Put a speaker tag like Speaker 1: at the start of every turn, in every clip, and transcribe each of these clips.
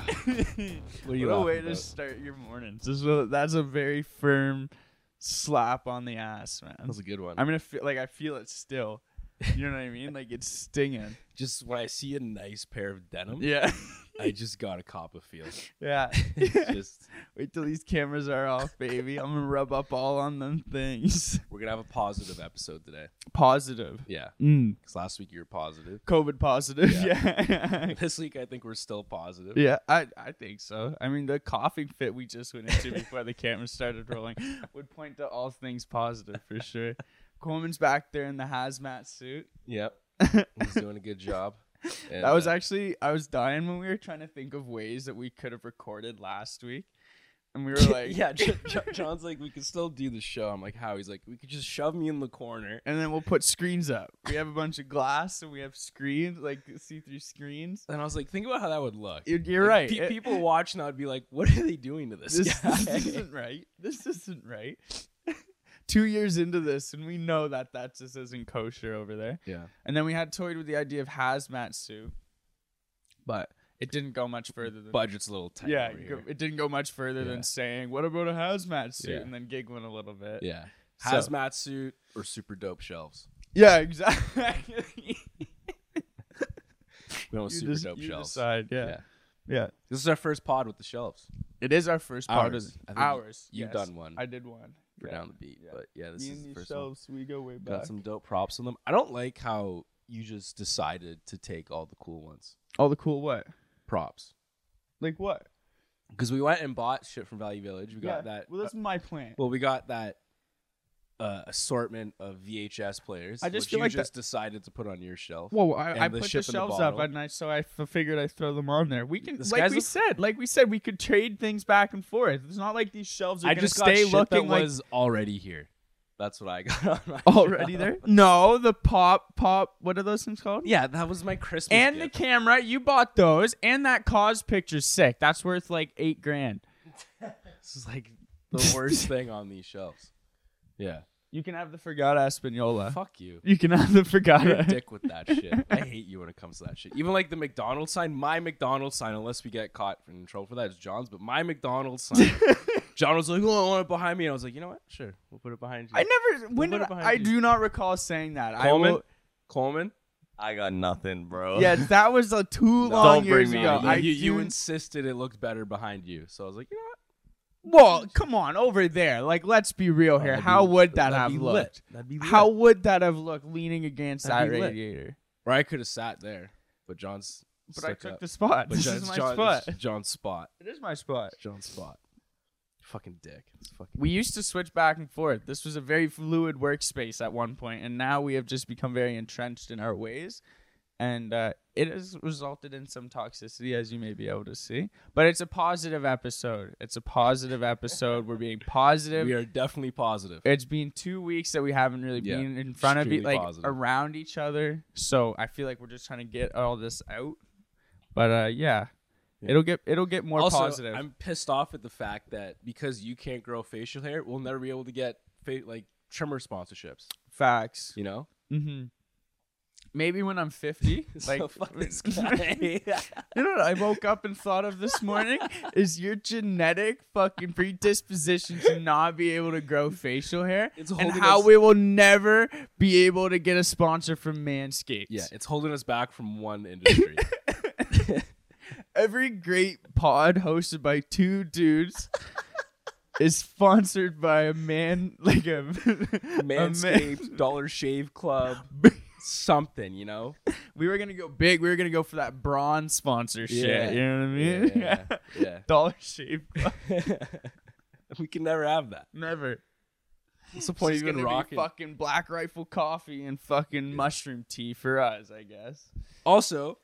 Speaker 1: What are you
Speaker 2: what a
Speaker 1: laughing
Speaker 2: way to
Speaker 1: about?
Speaker 2: start your mornings. This is a, that's a very firm slap on the ass,
Speaker 1: That
Speaker 2: man.
Speaker 1: was a good one.
Speaker 2: I'm gonna feel like I feel it still. You know what I mean? Like it's stinging.
Speaker 1: just when I see a nice pair of denim,
Speaker 2: Yeah,
Speaker 1: I just got a cop of feel.
Speaker 2: yeah.
Speaker 1: It's just
Speaker 2: Wait till these cameras are off, baby. I'm gonna rub up all on them things.
Speaker 1: we're gonna have a positive episode today.
Speaker 2: Positive.
Speaker 1: Yeah,
Speaker 2: Mm.
Speaker 1: because last week you were positive.
Speaker 2: COVID positive. yeah.
Speaker 1: This week I think we're still positive.
Speaker 2: Yeah, I, I think so. I mean, the coughing fit we just went into before the camera started rolling would point to all things positive for sure. Coleman's back there in the hazmat suit.
Speaker 1: Yep, he's doing a good job. And,
Speaker 2: that was
Speaker 1: uh,
Speaker 2: actually, I was dying when we were trying to think of ways that we could have recorded last week. And we were like,
Speaker 1: yeah. Jo- Jo- John's like, we could still do the show. I'm like, how? He's like, we could just shove me in the corner.
Speaker 2: and then we'll put screens up. We have a bunch of glass and we have screens, like see through screens.
Speaker 1: And I was like, think about how that would look.
Speaker 2: You're, you're
Speaker 1: Like,
Speaker 2: right.
Speaker 1: pe-
Speaker 2: It-
Speaker 1: people watching that would be like, what are they doing to this,
Speaker 2: this,
Speaker 1: guy?
Speaker 2: this isn't right. This isn't right. Two years into this, and we know that that just isn't kosher over there.
Speaker 1: yeah.
Speaker 2: And then we had toyed with the idea of hazmat suit, but it didn't go much further than
Speaker 1: Budget's a little tight.
Speaker 2: yeah,
Speaker 1: over
Speaker 2: it go-
Speaker 1: here.
Speaker 2: it didn't go much further
Speaker 1: Yeah.
Speaker 2: than saying what about a hazmat suit
Speaker 1: Yeah.
Speaker 2: and then giggling a little bit.
Speaker 1: yeah.
Speaker 2: So-
Speaker 1: Hazmat suit or super dope shelves.
Speaker 2: yeah exactly.
Speaker 1: We
Speaker 2: You
Speaker 1: want super
Speaker 2: des-
Speaker 1: dope
Speaker 2: you
Speaker 1: shelves.
Speaker 2: decide, yeah. yeah,
Speaker 1: Yeah. This is our first pod with the shelves.
Speaker 2: It is our first part
Speaker 1: Ours.
Speaker 2: of
Speaker 1: I think you-
Speaker 2: ours.
Speaker 1: You've
Speaker 2: yes.
Speaker 1: done one
Speaker 2: I did one.
Speaker 1: for
Speaker 2: Yeah.
Speaker 1: down the beat,
Speaker 2: yeah.
Speaker 1: but yeah, this
Speaker 2: Me
Speaker 1: is
Speaker 2: and
Speaker 1: the
Speaker 2: these
Speaker 1: first
Speaker 2: shelves, we go way
Speaker 1: one. Got
Speaker 2: back.
Speaker 1: some dope props on them. I don't like how you just decided to take all the cool ones
Speaker 2: All Oh, the cool what?
Speaker 1: props
Speaker 2: Like what?
Speaker 1: because we went and bought shit from Value Village. We got
Speaker 2: Yeah.
Speaker 1: that.
Speaker 2: Well, that's my plan.
Speaker 1: well, we got that uh, assortment of VHS players.
Speaker 2: I just
Speaker 1: which
Speaker 2: feel
Speaker 1: you
Speaker 2: like that-
Speaker 1: just decided to put on your shelf.
Speaker 2: Well, I, I
Speaker 1: and the
Speaker 2: put the
Speaker 1: ship in the
Speaker 2: shelves up,
Speaker 1: bottle.
Speaker 2: and I so I f- figured I'd throw them on there. We can,
Speaker 1: This
Speaker 2: like
Speaker 1: guy's
Speaker 2: we
Speaker 1: a-
Speaker 2: said, like we said, we could trade things back and forth. It's not like these shelves are
Speaker 1: I
Speaker 2: gonna
Speaker 1: just got
Speaker 2: stay
Speaker 1: shit
Speaker 2: looking
Speaker 1: that
Speaker 2: like
Speaker 1: was already here. That's what I got on my
Speaker 2: already
Speaker 1: shelf.
Speaker 2: there. No, the pop, pop. What are those things called?
Speaker 1: Yeah, that was my Christmas.
Speaker 2: And the
Speaker 1: gift.
Speaker 2: camera, you bought those, and that cause picture's sick. That's worth like eight grand.
Speaker 1: This is like the worst thing on these shelves. Yeah.
Speaker 2: You can have the Forgotta Espanola.
Speaker 1: Fuck you.
Speaker 2: You can have the
Speaker 1: You're a
Speaker 2: Forgotta.
Speaker 1: dick with that shit. I hate you when it comes to that shit. Even like the McDonald's sign, my McDonald's sign, unless we get caught in trouble for that, is John's, but my McDonald's sign. John was like, oh, I want it behind me. And I was like, you know what? Sure. We'll put it behind you.
Speaker 2: I never. When
Speaker 1: put
Speaker 2: did
Speaker 1: it
Speaker 2: I,
Speaker 1: behind
Speaker 2: I
Speaker 1: you.
Speaker 2: do not recall saying that. I
Speaker 1: Coleman?
Speaker 2: will,
Speaker 1: Coleman?
Speaker 3: I got nothing, bro.
Speaker 2: yeah, that was a too
Speaker 3: Don't
Speaker 2: long
Speaker 3: bring
Speaker 2: years
Speaker 3: me
Speaker 2: ago.
Speaker 3: into
Speaker 1: you,
Speaker 2: I
Speaker 1: you- you
Speaker 2: do
Speaker 1: insisted it looked better behind you. So I was like, you know what?
Speaker 2: Well, come on, over there. Like, let's be real here.
Speaker 1: That'd
Speaker 2: How
Speaker 1: be-
Speaker 2: would that
Speaker 1: that'd
Speaker 2: have
Speaker 1: be lit.
Speaker 2: looked?
Speaker 1: That'd be lit.
Speaker 2: How would that have looked leaning against
Speaker 1: That'd
Speaker 2: that
Speaker 1: be lit.
Speaker 2: radiator?
Speaker 1: Or I could have sat there, but John's.
Speaker 2: But I
Speaker 1: stuck
Speaker 2: took
Speaker 1: up.
Speaker 2: the spot.
Speaker 1: But
Speaker 2: this
Speaker 1: John's,
Speaker 2: is my
Speaker 1: John-
Speaker 2: spot.
Speaker 1: it's John's spot.
Speaker 2: It is my spot.
Speaker 1: John's spot. Fucking dick. It's fucking.
Speaker 2: We used to switch back and forth. This was a very fluid workspace at one point, and now we have just become very entrenched in our ways. And uh, it has resulted in some toxicity, as you may be able to see. But it's a positive episode. It's a positive episode. We're being positive.
Speaker 1: We are definitely positive.
Speaker 2: it's been two weeks that we haven't really
Speaker 1: Yeah,
Speaker 2: been in front of each
Speaker 1: extremely
Speaker 2: like
Speaker 1: positive.
Speaker 2: around each other so i feel like we're just trying to get all this out but uh yeah,
Speaker 1: Yeah.
Speaker 2: it'll get it'll get more
Speaker 1: also,
Speaker 2: positive
Speaker 1: I'm pissed off at the fact that because you can't grow facial hair, we'll never be able to get fa- like trimmer sponsorships.
Speaker 2: facts
Speaker 1: You know,
Speaker 2: mm-hmm. maybe when i'm 50 like
Speaker 1: so fuck this guy.
Speaker 2: you know what i woke up and thought of this morning is your genetic fucking predisposition to not be able to grow facial hair
Speaker 1: It's
Speaker 2: and
Speaker 1: holding
Speaker 2: how
Speaker 1: us-
Speaker 2: we will never be able to get a sponsor from manscaped
Speaker 1: yeah, it's holding us back from one industry.
Speaker 2: every great pod hosted by two dudes is sponsored by a man like a,
Speaker 1: Manscaped,
Speaker 2: a man-
Speaker 1: Dollar Shave Club, something. You know,
Speaker 2: We were gonna go big. We were gonna go for that bronze sponsorship.
Speaker 1: Yeah.
Speaker 2: You know what I mean?
Speaker 1: Yeah, yeah.
Speaker 2: Dollar Shave Club.
Speaker 1: we can never have that.
Speaker 2: Never.
Speaker 1: What's the
Speaker 2: It's
Speaker 1: point of
Speaker 2: just
Speaker 1: even
Speaker 2: gonna be
Speaker 1: rocking?
Speaker 2: fucking Black Rifle coffee and fucking mushroom tea for us, I guess.
Speaker 1: Also,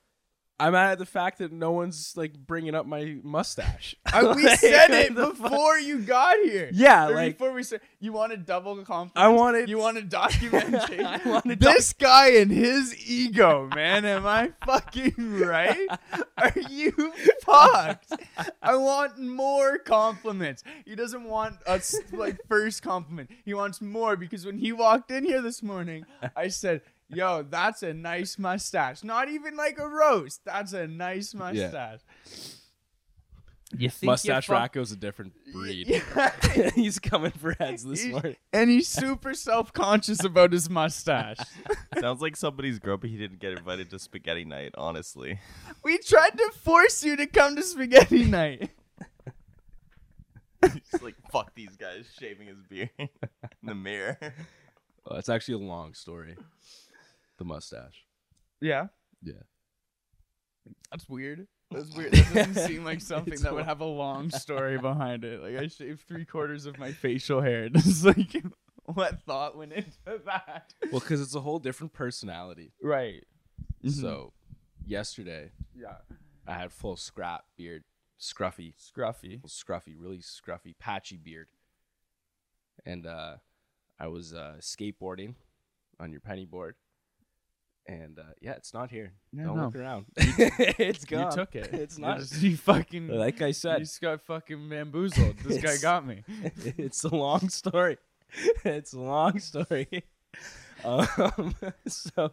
Speaker 1: I'm mad at the fact that no one's like bringing up my mustache.
Speaker 2: I, Uh, we
Speaker 1: Like,
Speaker 2: said it
Speaker 1: what the fuck?
Speaker 2: before you got here.
Speaker 1: Yeah,
Speaker 2: Or
Speaker 1: like
Speaker 2: before we said, you want a double confidence.
Speaker 1: I wanted-
Speaker 2: You want a documentation.
Speaker 1: I wanted
Speaker 2: this guy and his ego, man. Am I fucking right? Are you fucked? I want more compliments. He doesn't want a s- like first compliment. He wants more because when he walked in here this morning, I said. Yo, that's a nice mustache. Not even like a roast. That's a nice mustache. You think
Speaker 1: Mustache
Speaker 2: you fuck-
Speaker 1: Racco's a different breed.
Speaker 2: Yeah.
Speaker 1: He's coming for heads this
Speaker 2: He-
Speaker 1: morning.
Speaker 2: and he's super self-conscious about his mustache.
Speaker 3: Sounds like somebody's grumpy he didn't get invited to spaghetti night, honestly.
Speaker 2: We tried to force you to come to spaghetti night.
Speaker 3: Just like, fuck these guys shaving his beard in the mirror.
Speaker 1: Oh, that's actually a long story. The mustache.
Speaker 2: Yeah.
Speaker 1: Yeah.
Speaker 2: That's weird. That's weird. That doesn't seem like something
Speaker 1: It's
Speaker 2: that
Speaker 1: a
Speaker 2: would
Speaker 1: lot.
Speaker 2: have a long story behind it. Like I shaved three quarters of my facial hair. Just like what thought went into that?
Speaker 1: Well, because it's a whole different personality.
Speaker 2: Right. Mm-hmm.
Speaker 1: So, yesterday
Speaker 2: yeah,
Speaker 1: I had full scrap beard, scruffy,
Speaker 2: scruffy.
Speaker 1: little scruffy, really scruffy, patchy beard. And uh, I was uh, skateboarding on your penny board. And uh, yeah, it's not here.
Speaker 2: No,
Speaker 1: Don't
Speaker 2: no.
Speaker 1: look around. it's gone.
Speaker 2: You took it.
Speaker 1: It's
Speaker 2: You
Speaker 1: not.
Speaker 2: just- you fucking.
Speaker 1: Like I
Speaker 2: you
Speaker 1: said,
Speaker 2: just got fucking bamboozled. This guy
Speaker 1: It's-
Speaker 2: got me.
Speaker 1: it's a long story. It's a long story. Um, so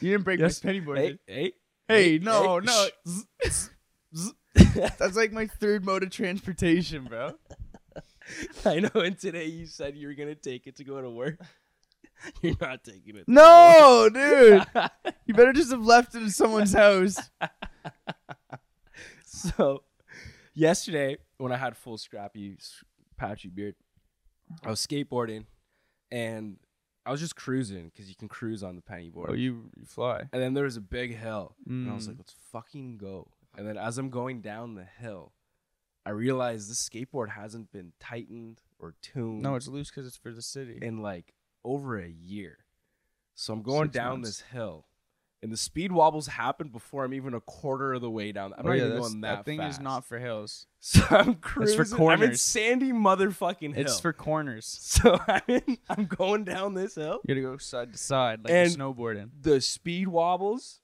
Speaker 2: You didn't break
Speaker 1: Yes.
Speaker 2: my penny board.
Speaker 1: hey,
Speaker 2: did-
Speaker 1: hey,
Speaker 2: Hey,
Speaker 1: hey,
Speaker 2: no,
Speaker 1: hey,
Speaker 2: no.
Speaker 1: shh.
Speaker 2: Zzz, zzz, zzz. That's like my third mode of transportation, bro.
Speaker 1: I know. And today you said you were gonna take it to go to work. You're not taking it. to
Speaker 2: No, dude.
Speaker 1: work.
Speaker 2: You better just have left it in someone's house.
Speaker 1: so yesterday, when I had full scrappy, s- patchy beard, I was skateboarding, and I was just cruising because you can cruise on the penny board.
Speaker 2: you, you fly.
Speaker 1: and then there was a big hill and i was like let's fucking go and then as i'm going down the hill i realized this skateboard hasn't been tightened or tuned
Speaker 2: No, it's loose because it's for the city.
Speaker 1: in like over a year so i'm going
Speaker 2: Six
Speaker 1: down
Speaker 2: months.
Speaker 1: this hill and the speed wobbles happen before i'm even a quarter of the way down i'm
Speaker 2: Oh,
Speaker 1: not
Speaker 2: yeah,
Speaker 1: even
Speaker 2: that's-
Speaker 1: going that,
Speaker 2: thing is
Speaker 1: fast.
Speaker 2: not for hills.
Speaker 1: so i'm cruising i'm in
Speaker 2: corners.
Speaker 1: sandy motherfucking hill
Speaker 2: It's for corners.
Speaker 1: so i'm in, i'm going down this hill
Speaker 2: You gotta go side to side like
Speaker 1: And-
Speaker 2: you're snowboarding.
Speaker 1: the speed wobbles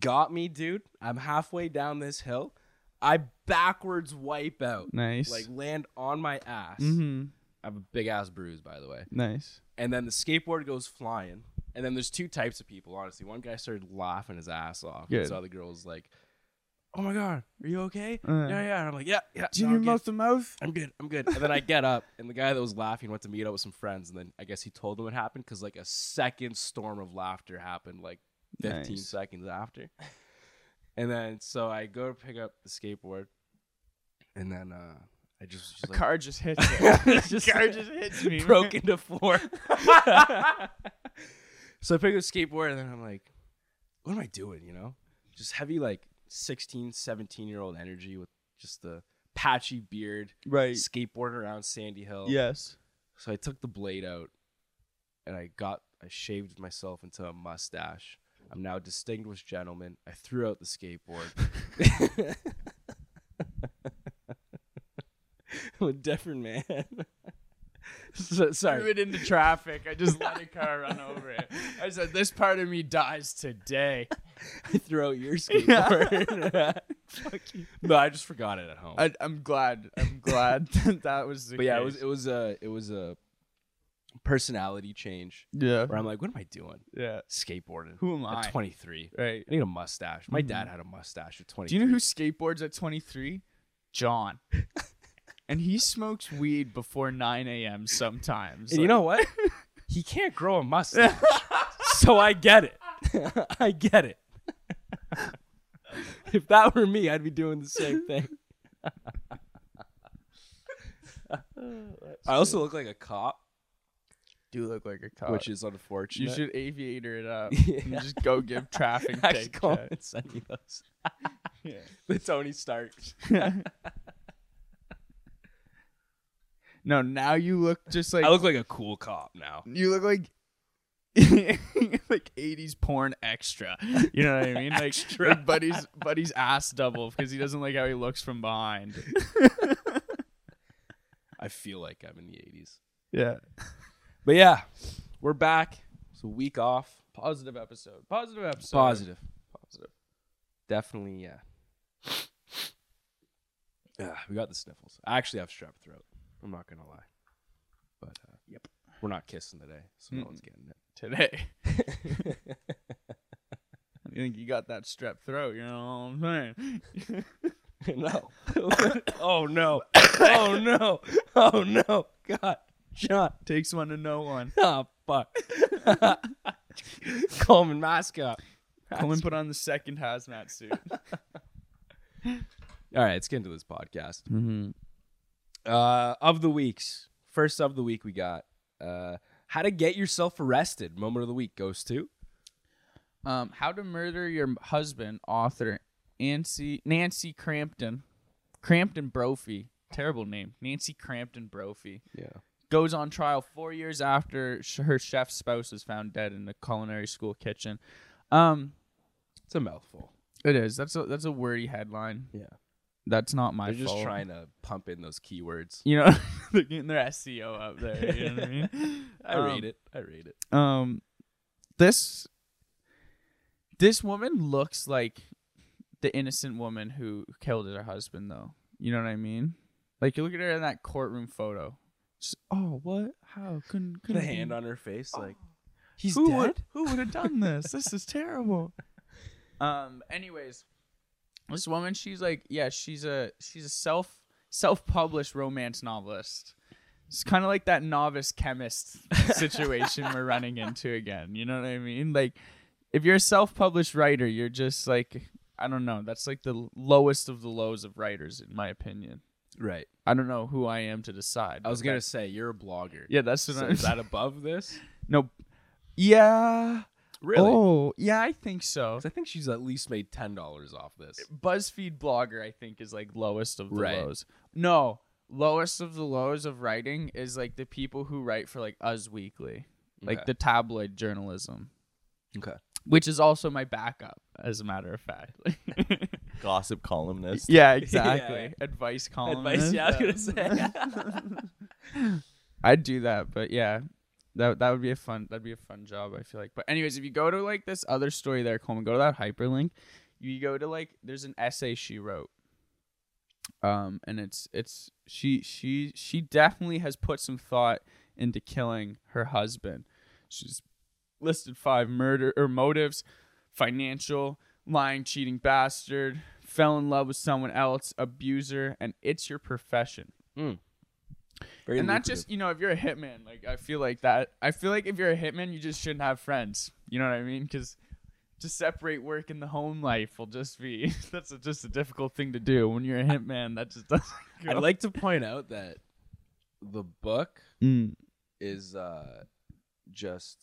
Speaker 1: got me, dude. I'm halfway down this hill. I backwards wipe out,
Speaker 2: Nice.
Speaker 1: like land on my ass.
Speaker 2: mm-hmm.
Speaker 1: I have a big ass bruise, by the way.
Speaker 2: Nice.
Speaker 1: And then the skateboard goes flying. And then there's two types of people, honestly. One guy started laughing his ass off.
Speaker 2: Good.
Speaker 1: And this other girl was like, Oh my God, are you okay?
Speaker 2: Uh.
Speaker 1: yeah, yeah. And I'm like, Yeah, yeah. no,
Speaker 2: Junior
Speaker 1: I'm good.
Speaker 2: mouth to mouth.
Speaker 1: I'm good. I'm good. And then I get up, and the guy that was laughing went to meet up with some friends, and then I guess he told them what happened because like a second storm of laughter happened like 15
Speaker 2: Nice.
Speaker 1: seconds after. And then so I go to pick up the skateboard, and then uh, I just, was
Speaker 2: A
Speaker 1: just like,
Speaker 2: car just hits it.
Speaker 1: Just-
Speaker 2: a car just hits me.
Speaker 1: broke into four. so I pick up the skateboard, and then I'm like, what am I doing? You know, just heavy like 16, 17 year old energy with just the patchy beard
Speaker 2: Right.
Speaker 1: skateboarding around Sandy Hill.
Speaker 2: Yes.
Speaker 1: So I took the blade out and I got I shaved myself into a mustache. I'm now a distinguished gentleman. I threw out the skateboard. I'm a different man. so,
Speaker 2: Threw
Speaker 1: sorry.
Speaker 2: it into traffic. I just let a car run over it. I said, "This part of me dies today."
Speaker 1: I threw out your skateboard. No, I just forgot it at home.
Speaker 2: I, I'm glad. I'm glad that that was the
Speaker 1: but yeah, it was
Speaker 2: case.
Speaker 1: it was a it was a personality change
Speaker 2: yeah.
Speaker 1: where I'm like, what am I doing?
Speaker 2: Yeah.
Speaker 1: Skateboarding.
Speaker 2: Who am
Speaker 1: at
Speaker 2: I?
Speaker 1: 23.
Speaker 2: Right.
Speaker 1: I need a mustache. My dad had a mustache at 20.
Speaker 2: Do you know who skateboards at 23? John. and he smokes weed before 9 a.m. sometimes.
Speaker 1: And you know what? he can't grow a mustache. so I get it. I get it. if that were me, I'd be doing the same thing. I also look like a cop,
Speaker 2: do look like a cop.
Speaker 1: which is unfortunate.
Speaker 2: you should aviator it up
Speaker 1: Yeah.
Speaker 2: and just go give traffic
Speaker 1: I should
Speaker 2: tickets.
Speaker 1: call him and send you those. The Tony Stark.
Speaker 2: Yeah. no, now you look just like
Speaker 1: I look like a cool cop now.
Speaker 2: you look like like 80s porn extra. You know what I mean? Like,
Speaker 1: Extra.
Speaker 2: like buddy's buddy's ass double because he doesn't like how he looks from behind.
Speaker 1: I feel like I'm in the 80s.
Speaker 2: yeah.
Speaker 1: But yeah, we're back. It's a week off.
Speaker 2: Positive episode. Positive episode.
Speaker 1: Positive.
Speaker 2: Positive.
Speaker 1: Definitely, yeah. Yeah, we got the sniffles. I actually have strep throat. I'm not gonna lie, but uh,
Speaker 2: Yep.
Speaker 1: we're not kissing today, so no one's getting
Speaker 2: Today.
Speaker 1: it.
Speaker 2: I think you got that strep throat, you know what I'm saying?
Speaker 1: No. oh no. Oh no. Oh no. God. John.
Speaker 2: Takes one to know one.
Speaker 1: Oh fuck. Coleman mascot.
Speaker 2: Coleman put on the second hazmat suit.
Speaker 1: All right, let's get into this podcast. Uh, of the weeks, first of the week we got uh, how to get yourself arrested. Moment of the week goes to
Speaker 2: Um, How to Murder Your Husband, author Nancy Nancy Crampton, Crampton Brophy. Terrible name, Nancy Crampton Brophy.
Speaker 1: yeah.
Speaker 2: Goes on trial four years after sh- her chef's spouse was found dead in the culinary school kitchen. Um,
Speaker 1: It's a mouthful.
Speaker 2: it is. That's a that's a wordy headline.
Speaker 1: Yeah,
Speaker 2: That's not my
Speaker 1: they're just
Speaker 2: fault.
Speaker 1: trying to pump in those keywords.
Speaker 2: You know, they're getting their SEO up there. You know what I mean?
Speaker 1: I
Speaker 2: Um,
Speaker 1: read it. I read it.
Speaker 2: um this this woman looks like the innocent woman who killed her husband though you know what i mean like you look at her in that courtroom photo Just, oh what how couldn't,
Speaker 1: The
Speaker 2: couldn't be-
Speaker 1: hand on her face, like Mm-hmm. he's
Speaker 2: who
Speaker 1: dead.
Speaker 2: would who would have done this this is terrible um anyways this woman she's like yeah she's a she's a self self-published romance novelist it's kind of like that novice chemist situation we're running into again. You know what I mean? Like, if you're a self published writer, you're just like, I don't know. That's like the lowest of the lows of writers, in my opinion.
Speaker 1: Right.
Speaker 2: I don't know who I am to decide.
Speaker 1: I was
Speaker 2: but
Speaker 1: gonna
Speaker 2: that-
Speaker 1: say you're a blogger.
Speaker 2: Yeah, that's what
Speaker 1: So
Speaker 2: I'm
Speaker 1: is that above this?
Speaker 2: No. Yeah.
Speaker 1: Really?
Speaker 2: Oh, yeah, I think so.
Speaker 1: 'Cause I think she's at least made ten dollars off this.
Speaker 2: BuzzFeed blogger, I think, is like lowest of the
Speaker 1: Right.
Speaker 2: lows. No, lowest of the lows of writing is like the people who write for like Us Weekly, like
Speaker 1: Okay.
Speaker 2: the tabloid journalism,
Speaker 1: Okay.
Speaker 2: which is also my backup, as a matter of fact.
Speaker 3: Gossip columnist.
Speaker 2: yeah, exactly. Advice column.
Speaker 1: Advice? Yeah, I was gonna say.
Speaker 2: I'd do that, but yeah. That, that would be a fun that'd be a fun job I feel like. But anyways, if you go to like this other story there, Coleman, go to that hyperlink. You go to like there's an essay she wrote. Um, and it's it's she she she definitely has put some thought into killing her husband. She's listed five murder or motives, financial, lying, cheating bastard, fell in love with someone else, abuser, and it's your profession
Speaker 1: Very
Speaker 2: and not just you know if you're a hitman like i feel like that i feel like if you're a hitman you just shouldn't have friends you know what i mean because to separate work and the home life will just be that's a, just a difficult thing to do when you're a hitman that just doesn't go.
Speaker 1: I'd like to point out that the book
Speaker 2: Mm.
Speaker 1: is uh just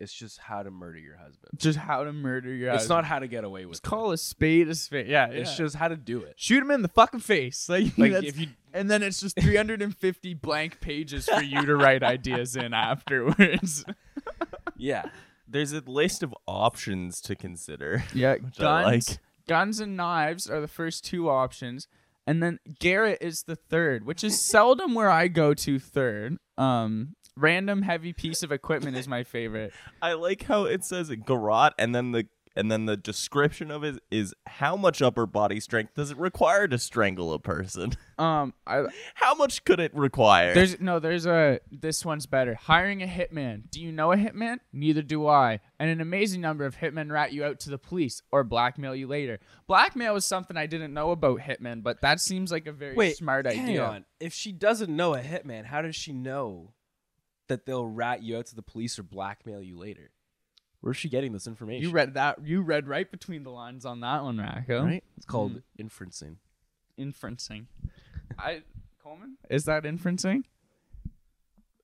Speaker 1: it's just how to murder your husband.
Speaker 2: just how to murder your
Speaker 1: It's
Speaker 2: husband.
Speaker 1: not how to get away with
Speaker 2: Just call a spade a spade yeah,
Speaker 1: it. It's
Speaker 2: yeah.
Speaker 1: just how to do it.
Speaker 2: shoot him in the fucking face like,
Speaker 1: Like
Speaker 2: that's-
Speaker 1: if you
Speaker 2: and then it's just 350 blank pages for you to write ideas in afterwards
Speaker 1: yeah.
Speaker 3: There's a list of options to consider.
Speaker 2: Yeah,
Speaker 3: Which I
Speaker 2: guns,
Speaker 3: like.
Speaker 2: guns and knives are the first two options, and then Garrett is the third, which is seldom where I go to third. Um, random heavy piece of equipment is my favorite.
Speaker 3: I like how it says garrote and then the and then the description of it is how much upper body strength does it require to strangle a person?
Speaker 2: Um, I
Speaker 3: How much could it require?
Speaker 2: there's no there's a this one's better. Hiring a hitman. Do you know a hitman? Neither do I. And an amazing number of hitmen rat you out to the police or blackmail you later. Blackmail is something I didn't know about hitmen, but that seems like a very smart idea.
Speaker 1: If she doesn't know a hitman, how does she know that they'll rat you out to the police or blackmail you later? Where's she getting this information?
Speaker 2: You read that. You read right between the lines on that one, Racco.
Speaker 1: right? It's called inferencing.
Speaker 2: Inferencing. I Coleman. Is that inferencing?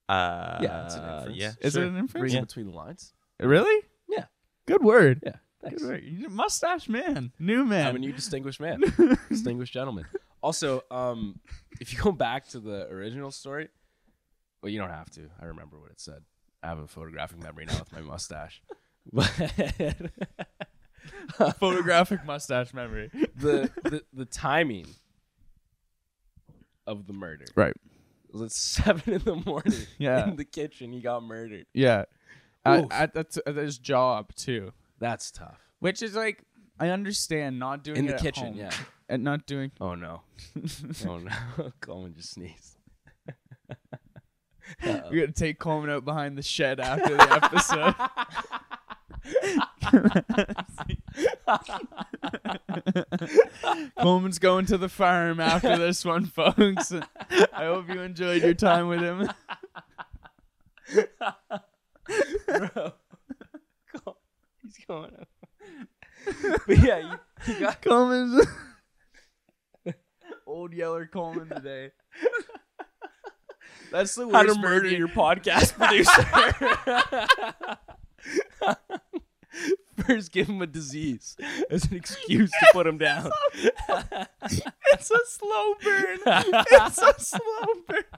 Speaker 3: uh,
Speaker 1: Yeah, it's an inference.
Speaker 3: Yeah,
Speaker 2: Is
Speaker 3: sure.
Speaker 2: it an inference?
Speaker 1: Reading between the lines.
Speaker 2: Really?
Speaker 1: Yeah.
Speaker 2: Good word.
Speaker 1: Yeah. Thanks.
Speaker 2: Good word. You're a mustache man. New man.
Speaker 1: I'm a new distinguished man, distinguished gentleman. Also, um, if you go back to the original story, well, you don't have to. I remember what it said. I have a photographic memory now with my mustache. But
Speaker 2: photographic mustache memory.
Speaker 1: the, the the timing of the murder
Speaker 2: Right.
Speaker 1: it was at seven in the morning.
Speaker 2: Yeah.
Speaker 1: in the kitchen, he got murdered.
Speaker 2: Yeah. At,
Speaker 1: Oof.
Speaker 2: at, that's at his job too,
Speaker 1: That's tough.
Speaker 2: which is like I understand not doing
Speaker 1: In
Speaker 2: it
Speaker 1: the
Speaker 2: at
Speaker 1: kitchen,
Speaker 2: home.
Speaker 1: yeah.
Speaker 2: and not doing.
Speaker 1: Oh no. oh no. Coleman just sneezed.
Speaker 2: We're gonna take Coleman out behind the shed after the episode. Coleman's going to the farm after this one, folks. I hope you enjoyed your time with him.
Speaker 1: Bro. Col- He's going up. But yeah, you, you got
Speaker 2: Coleman's old yeller Coleman today. That's the worst.
Speaker 1: how to murder
Speaker 2: fucking-
Speaker 1: your podcast producer. First, give him a disease as an excuse to put him down.
Speaker 2: It's a slow burn.
Speaker 1: It's
Speaker 2: a slow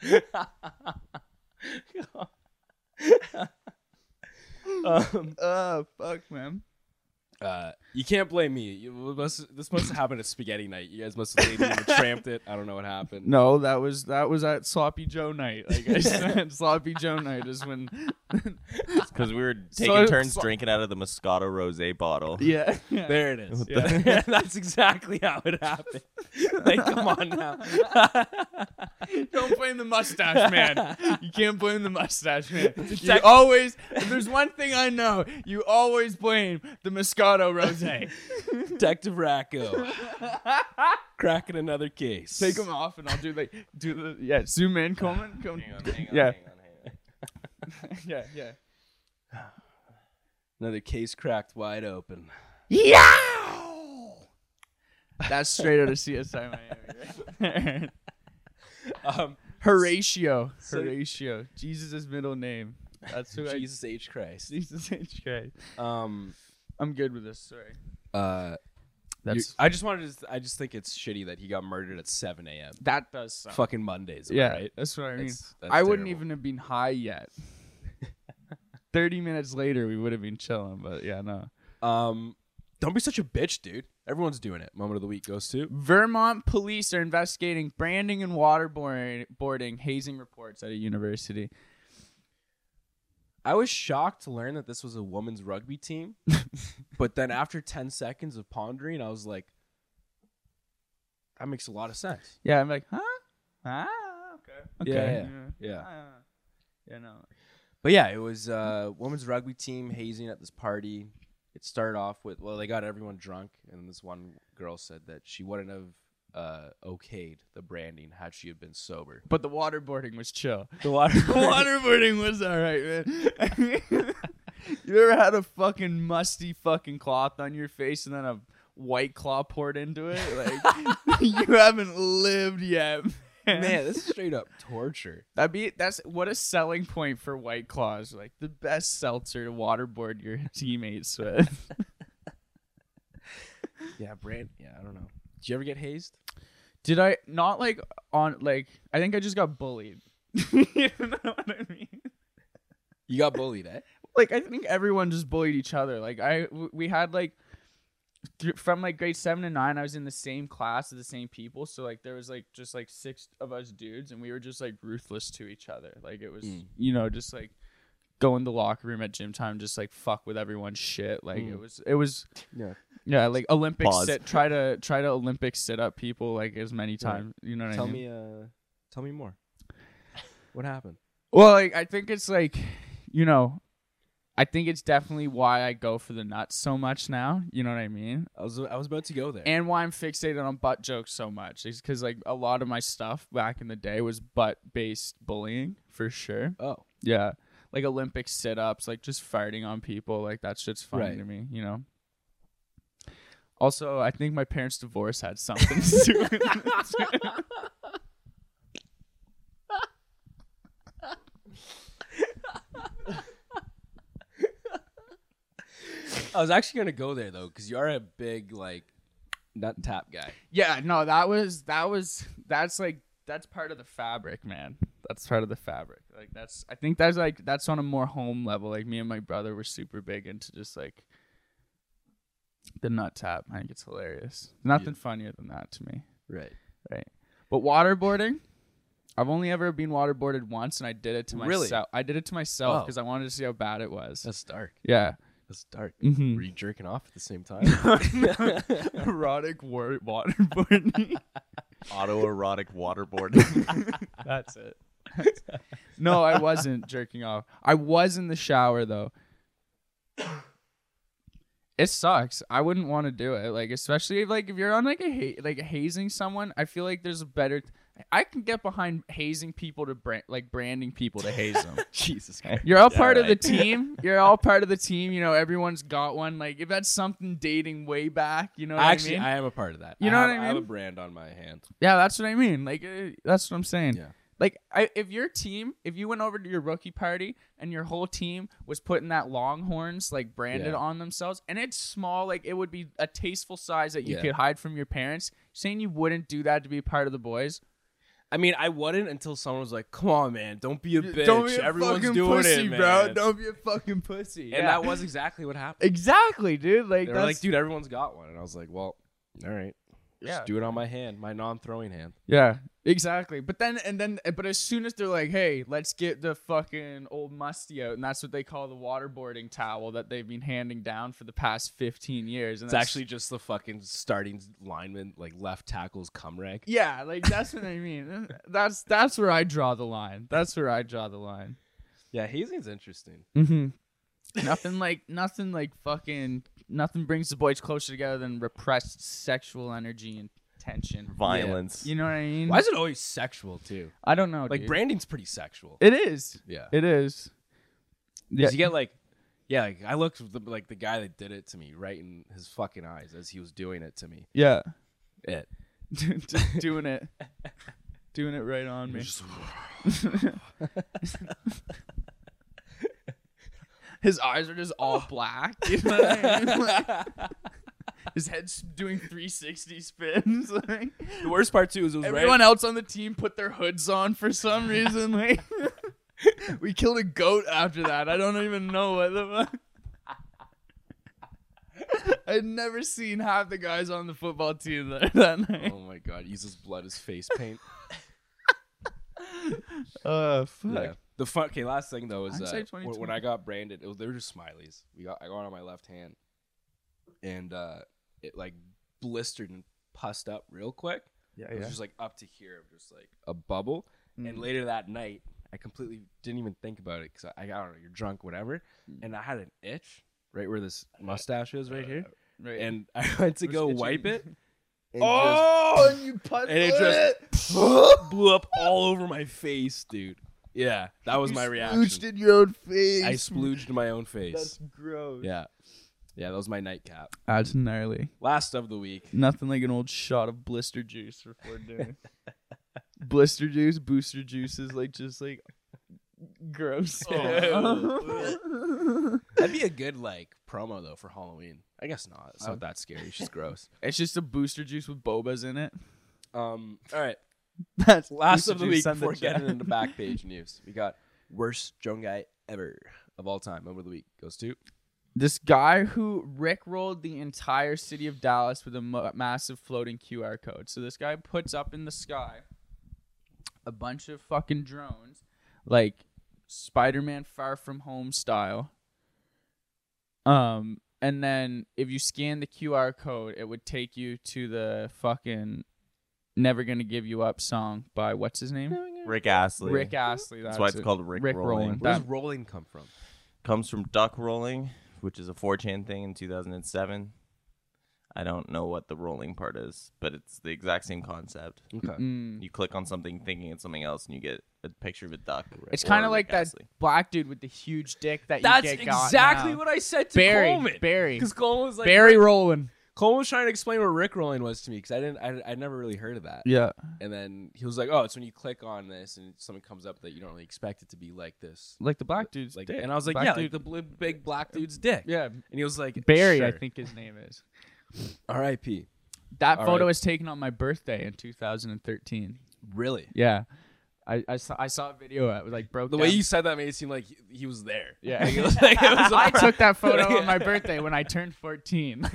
Speaker 2: burn.
Speaker 1: um,
Speaker 2: Oh fuck, man.
Speaker 1: uh, you can't blame me. You must, this must have happened at spaghetti night. You guys must have maybe even tramped it. I don't know what happened.
Speaker 2: No, that was that was at Sloppy Joe night. Like I said, Sloppy Joe night is when.
Speaker 3: because we were
Speaker 2: So-
Speaker 3: taking turns
Speaker 2: so-
Speaker 3: drinking out of the Moscato Rosé bottle.
Speaker 2: Yeah. yeah.
Speaker 1: There it is.
Speaker 3: Yeah.
Speaker 1: Yeah, That's exactly how it happened. Like, come on now.
Speaker 2: Don't blame the mustache man. You can't blame the mustache man. You
Speaker 1: tech-
Speaker 2: always. If there's one thing I know, you always blame the Moscato Rosé.
Speaker 1: Detective Racco. Cracking another case.
Speaker 2: Take them off, and I'll do like do the yeah. Zoom in, Coleman. Come. yeah. yeah. Yeah.
Speaker 1: Another case cracked wide open.
Speaker 2: Yeah. That's straight out of CSI Miami. right?
Speaker 1: Um,
Speaker 2: Horatio.
Speaker 1: So-
Speaker 2: Horatio. Jesus' middle name. That's who I.
Speaker 1: Jesus H. Christ.
Speaker 2: Jesus H. Christ.
Speaker 1: Um,
Speaker 2: I'm good with this. Sorry.
Speaker 1: uh, you-
Speaker 2: That's
Speaker 1: I just wanted to. I just think it's shitty that he got murdered at 7 a.m.
Speaker 2: that does suck.
Speaker 1: Fucking Mondays. am I
Speaker 2: yeah,
Speaker 1: Right?
Speaker 2: that's what I mean.
Speaker 1: That's- that's
Speaker 2: I wouldn't
Speaker 1: terrible.
Speaker 2: even have been high yet. Thirty minutes later, we would have been chilling. But yeah, no.
Speaker 1: Um, don't be such a bitch, dude. Everyone's doing it. Moment of the week goes to.
Speaker 2: Vermont police are investigating branding and waterboarding hazing reports at a university.
Speaker 1: I was shocked to learn that this was a women's rugby team. but then after 10 seconds of pondering, I was like, that makes a lot of sense.
Speaker 2: Yeah, I'm like, huh? Ah, okay.
Speaker 1: Yeah,
Speaker 2: Okay.
Speaker 1: yeah, yeah.
Speaker 2: Ah, yeah, no.
Speaker 1: But yeah, it was uh, women's rugby team hazing at this party. It started off with, well, they got everyone drunk. And this one girl said that she wouldn't have uh, okayed the branding had she had been sober.
Speaker 2: But the waterboarding was chill.
Speaker 1: The water.
Speaker 2: waterboarding was all right, man. I mean, you ever had a fucking musty fucking cloth on your face and then a white claw poured into it? Like you haven't lived yet, man.
Speaker 1: Man, this is straight up torture.
Speaker 2: That'd be that's what a selling point for white claws. Like the best seltzer to waterboard your teammates with.
Speaker 1: Yeah, brand. Yeah, I don't know. Did you ever get hazed?
Speaker 2: Did I not like on like? I think I just got bullied. you know what I mean?
Speaker 1: You got bullied, eh?
Speaker 2: like I think everyone just bullied each other. Like I w- we had like thr from like grade 7 to 9 I was in the same class with the same people. So like there was like just like six of us dudes and we were just like ruthless to each other. Like it was
Speaker 1: Mm.
Speaker 2: you know just like go in the locker room at gym time just like fuck with everyone's shit. Like
Speaker 1: Mm.
Speaker 2: it was it was
Speaker 1: Yeah.
Speaker 2: yeah, like Olympic
Speaker 3: Pause.
Speaker 2: sit try to try to Olympic sit up people like as many times, you know what I
Speaker 1: Tell
Speaker 2: mean?
Speaker 1: me, uh, tell me more. What happened?
Speaker 2: Well, like I think it's like, you know, I think it's definitely why I go for the nuts so much now. You know what I mean?
Speaker 1: I was I was about to go there.
Speaker 2: And why I'm fixated on butt jokes so much is because like a lot of my stuff back in the day was butt based bullying for sure.
Speaker 1: oh,
Speaker 2: Yeah, like Olympic sit ups, like just farting on people, like that shit's funny
Speaker 1: Right.
Speaker 2: to me. You know. Also, I think my parents' divorce had something to do with it.
Speaker 1: I was actually gonna go there though, because you are a big like nut tap guy.
Speaker 2: Yeah, no, that was that was that's like that's part of the fabric, man. That's part of the fabric. Like that's I think that's like that's on a more home level. Like me and my brother were super big into just like the nut tap. I think it's hilarious. Nothing funnier than that to me.
Speaker 1: Right.
Speaker 2: Right. But waterboarding, I've only ever been waterboarded once and I did it to myself.
Speaker 1: Really?
Speaker 2: I did it to myself
Speaker 1: Wow.
Speaker 2: because I wanted to see how bad it was.
Speaker 1: That's dark.
Speaker 2: yeah.
Speaker 1: That's dark.
Speaker 2: Mhm.
Speaker 1: Were you jerking off at the same time?
Speaker 2: Erotic war- waterboarding.
Speaker 3: Autoerotic waterboarding.
Speaker 2: That's it. no, I wasn't jerking off. I was in the shower though. It sucks. I wouldn't want to do it. Like especially if, like if you're on like a ha- like hazing someone, I feel like there's a better. I can get behind hazing people to brand like branding people to haze them.
Speaker 1: Jesus Christ.
Speaker 2: You're all
Speaker 3: Yeah,
Speaker 2: part of the
Speaker 3: right.
Speaker 2: team. You're all part of the team. You know, everyone's got one. Like if that's something dating way back, you know what
Speaker 1: Actually,
Speaker 2: I
Speaker 1: I,
Speaker 2: mean?
Speaker 1: am a part of that.
Speaker 2: You
Speaker 1: I
Speaker 2: know
Speaker 1: have-
Speaker 2: what I
Speaker 1: I have a
Speaker 2: mean?
Speaker 1: brand on my hand.
Speaker 2: yeah, that's what I mean. Like uh, that's what I'm saying.
Speaker 1: Yeah.
Speaker 2: Like I, if your team, if you went over to your rookie party and your whole team was putting that Longhorns like branded
Speaker 1: Yeah.
Speaker 2: on themselves, and it's small, like it would be a tasteful size that you
Speaker 1: Yeah.
Speaker 2: could hide from your parents. Saying you wouldn't do that to be part of the boys,
Speaker 1: I mean, I wouldn't until someone was like, "Come on, man, don't be a bitch.
Speaker 2: Don't be a
Speaker 1: Everyone's
Speaker 2: fucking
Speaker 1: doing
Speaker 2: pussy,
Speaker 1: it, man.
Speaker 2: bro. Don't be a fucking pussy.
Speaker 1: And that was exactly what happened.
Speaker 2: exactly, dude. Like
Speaker 1: They were
Speaker 2: that's
Speaker 1: like, "Dude, everyone's got one," and I was like, "Well, all right,
Speaker 2: Yeah.
Speaker 1: just do it on my hand, my non-throwing hand."
Speaker 2: Yeah, exactly. But then and then eh, but as soon as they're like, "Hey, let's get the fucking old musty out," and that's what they call the waterboarding towel that they've been handing down for the past fifteen years. And
Speaker 1: It's
Speaker 2: that's-
Speaker 1: actually just the fucking starting lineman, like left tackles cum rag.
Speaker 2: yeah, like that's what I mean. That's that's where I draw the line. That's where I draw the line.
Speaker 1: Yeah, hazing's interesting.
Speaker 2: Mm-hmm. nothing like nothing like fucking nothing brings the boys closer together than repressed sexual energy and tension.
Speaker 3: Violence.
Speaker 2: You know what I mean?
Speaker 1: Why is it always sexual too?
Speaker 2: I don't know.
Speaker 1: Like
Speaker 2: dude.
Speaker 1: branding's pretty sexual.
Speaker 2: it is.
Speaker 1: yeah,
Speaker 2: It is. Yeah.
Speaker 1: 'Cause you get like, yeah, like I looked at the, like the guy that did it to me right in his fucking eyes as he was doing it to me.
Speaker 2: Yeah.
Speaker 1: It.
Speaker 2: Just doing it. Doing it right on me. His eyes are just all black. you know what I mean? Like, his head's doing 360 spins. Like,
Speaker 1: The worst part too is it was
Speaker 2: everyone else on the team put their hoods on for some reason. Like, we killed a goat after that. I don't even know what the fuck. I'd never seen half the guys on the football team that, that night.
Speaker 1: right. Oh my god, uses blood as face paint.
Speaker 2: Uh, fuck.
Speaker 1: yeah. The fun. Okay, last thing though is
Speaker 2: I'd say
Speaker 1: uh, when, when
Speaker 2: 2020.
Speaker 1: I got branded, it was, they were just smileys. We got I got on my left hand, and uh, it like blistered and pussed up real quick.
Speaker 2: Yeah,
Speaker 1: It was just like up to here, of just like a bubble. And later that night, I completely didn't even think about it because I, I don't know, you're drunk, whatever. And I had an itch right where this mustache is, right here.
Speaker 2: Right.
Speaker 1: And I went to
Speaker 2: Where's
Speaker 1: go
Speaker 2: itchy?
Speaker 1: wipe it. And
Speaker 2: oh, and you punched
Speaker 1: and it
Speaker 2: just
Speaker 1: just blew up all over my face, dude. Yeah, that was my reaction.
Speaker 2: in your own face.
Speaker 1: I splooged my own
Speaker 2: That's
Speaker 1: face.
Speaker 2: gross.
Speaker 1: Yeah. Yeah, that was my nightcap.
Speaker 2: That's Ah, gnarly.
Speaker 1: Last of the week.
Speaker 2: Nothing like an old shot of blister juice before dinner. blister juice, booster juice is like just like gross.
Speaker 1: Oh. That'd be a good like promo though for Halloween. I guess not. It's not that scary. She's gross.
Speaker 2: it's just a booster juice with bobas in it.
Speaker 1: Um. All right.
Speaker 2: That's
Speaker 1: Last
Speaker 2: booster
Speaker 1: of the
Speaker 2: juice
Speaker 1: week
Speaker 2: on the
Speaker 1: before
Speaker 2: jet.
Speaker 1: getting into back page news, we got worst drone guy ever of all time. Over the week goes to
Speaker 2: This guy who rickrolled the entire city of Dallas with a mo- massive floating QR code. So this guy puts up in the sky a bunch of fucking drones, like Spider-Man Far From Home style. Um, and then if you scan the QR code, it would take you to the fucking "Never Gonna Give You Up" song by what's his name,
Speaker 3: Rick Astley.
Speaker 2: Rick Astley.
Speaker 3: That's why it's
Speaker 2: it.
Speaker 3: called Rick,
Speaker 2: Rick
Speaker 3: rolling.
Speaker 2: Rolling.
Speaker 1: Where does
Speaker 2: That-
Speaker 1: rolling come from?
Speaker 3: Comes from duck rolling, which is a 4chan thing in 2007. I don't know what the rolling part is, but it's the exact same concept.
Speaker 1: Okay.
Speaker 2: Mm.
Speaker 3: You click on something thinking it's something else, and you get a picture of a duck.
Speaker 2: It's
Speaker 3: or
Speaker 2: kind of
Speaker 3: Rick
Speaker 2: like that
Speaker 3: Astley.
Speaker 2: black dude with the huge dick that
Speaker 1: That's
Speaker 2: you get got
Speaker 1: exactly
Speaker 2: now.
Speaker 1: what I said to
Speaker 2: Barry,
Speaker 1: Coleman.
Speaker 2: Barry,
Speaker 1: Because Coleman was like
Speaker 2: Barry Rollin.
Speaker 1: Coleman was trying to explain what Rick rolling was to me because I didn't I, I never really heard of that.
Speaker 2: Yeah,
Speaker 1: And then he was like, "Oh, it's when you click on this and something comes up that you don't really expect it to be like this."
Speaker 2: like the black dude's
Speaker 1: Like,
Speaker 2: dick.
Speaker 1: and I was like,
Speaker 2: Black
Speaker 1: "Yeah, like
Speaker 2: dude-
Speaker 1: the bl- big black dude's dick."
Speaker 2: yeah,
Speaker 1: And he was like,
Speaker 2: Barry, I
Speaker 1: sure.
Speaker 2: think his name is.
Speaker 1: R.I.P.
Speaker 2: That
Speaker 1: All
Speaker 2: photo
Speaker 1: right.
Speaker 2: was taken on my birthday in 2013.
Speaker 1: Really?
Speaker 2: Yeah, I I saw, I saw a video that was like broke
Speaker 1: The
Speaker 2: down.
Speaker 1: way you said that made it seem like he, he was there.
Speaker 2: Yeah.
Speaker 1: Like, it was like, it was a
Speaker 2: I
Speaker 1: part-
Speaker 2: took that photo on
Speaker 1: Yeah.
Speaker 2: my birthday when I turned 14.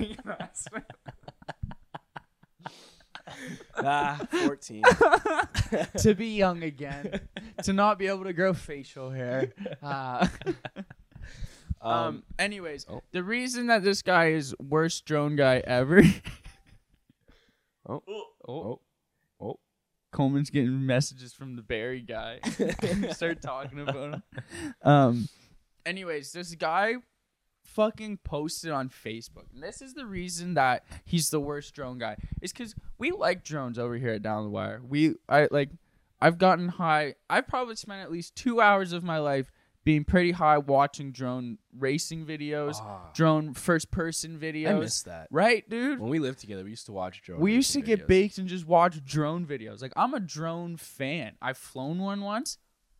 Speaker 1: Ah, 14.
Speaker 2: to be young again, to not be able to grow facial hair. Uh,
Speaker 1: Um,
Speaker 2: Um, anyways,
Speaker 1: oh.
Speaker 2: the reason that this guy is worst drone guy ever,
Speaker 1: oh, oh, oh.
Speaker 2: Coleman's getting messages from the Barry guy. Start talking about him. Um, anyways, this guy fucking posted on Facebook. And this is the reason that he's the worst drone guy. Is because we like drones over here at Down the Wire. We I like I've gotten high. I've probably spent at least two hours of my life being pretty high watching drone racing videos,
Speaker 1: Ah.
Speaker 2: drone first person videos.
Speaker 1: I miss that.
Speaker 2: Right, dude?
Speaker 1: When we lived together, we used to watch drone.
Speaker 2: We
Speaker 1: racing
Speaker 2: used to get
Speaker 1: videos.
Speaker 2: baked and just watch drone videos. Like I'm a drone fan. I've flown one once.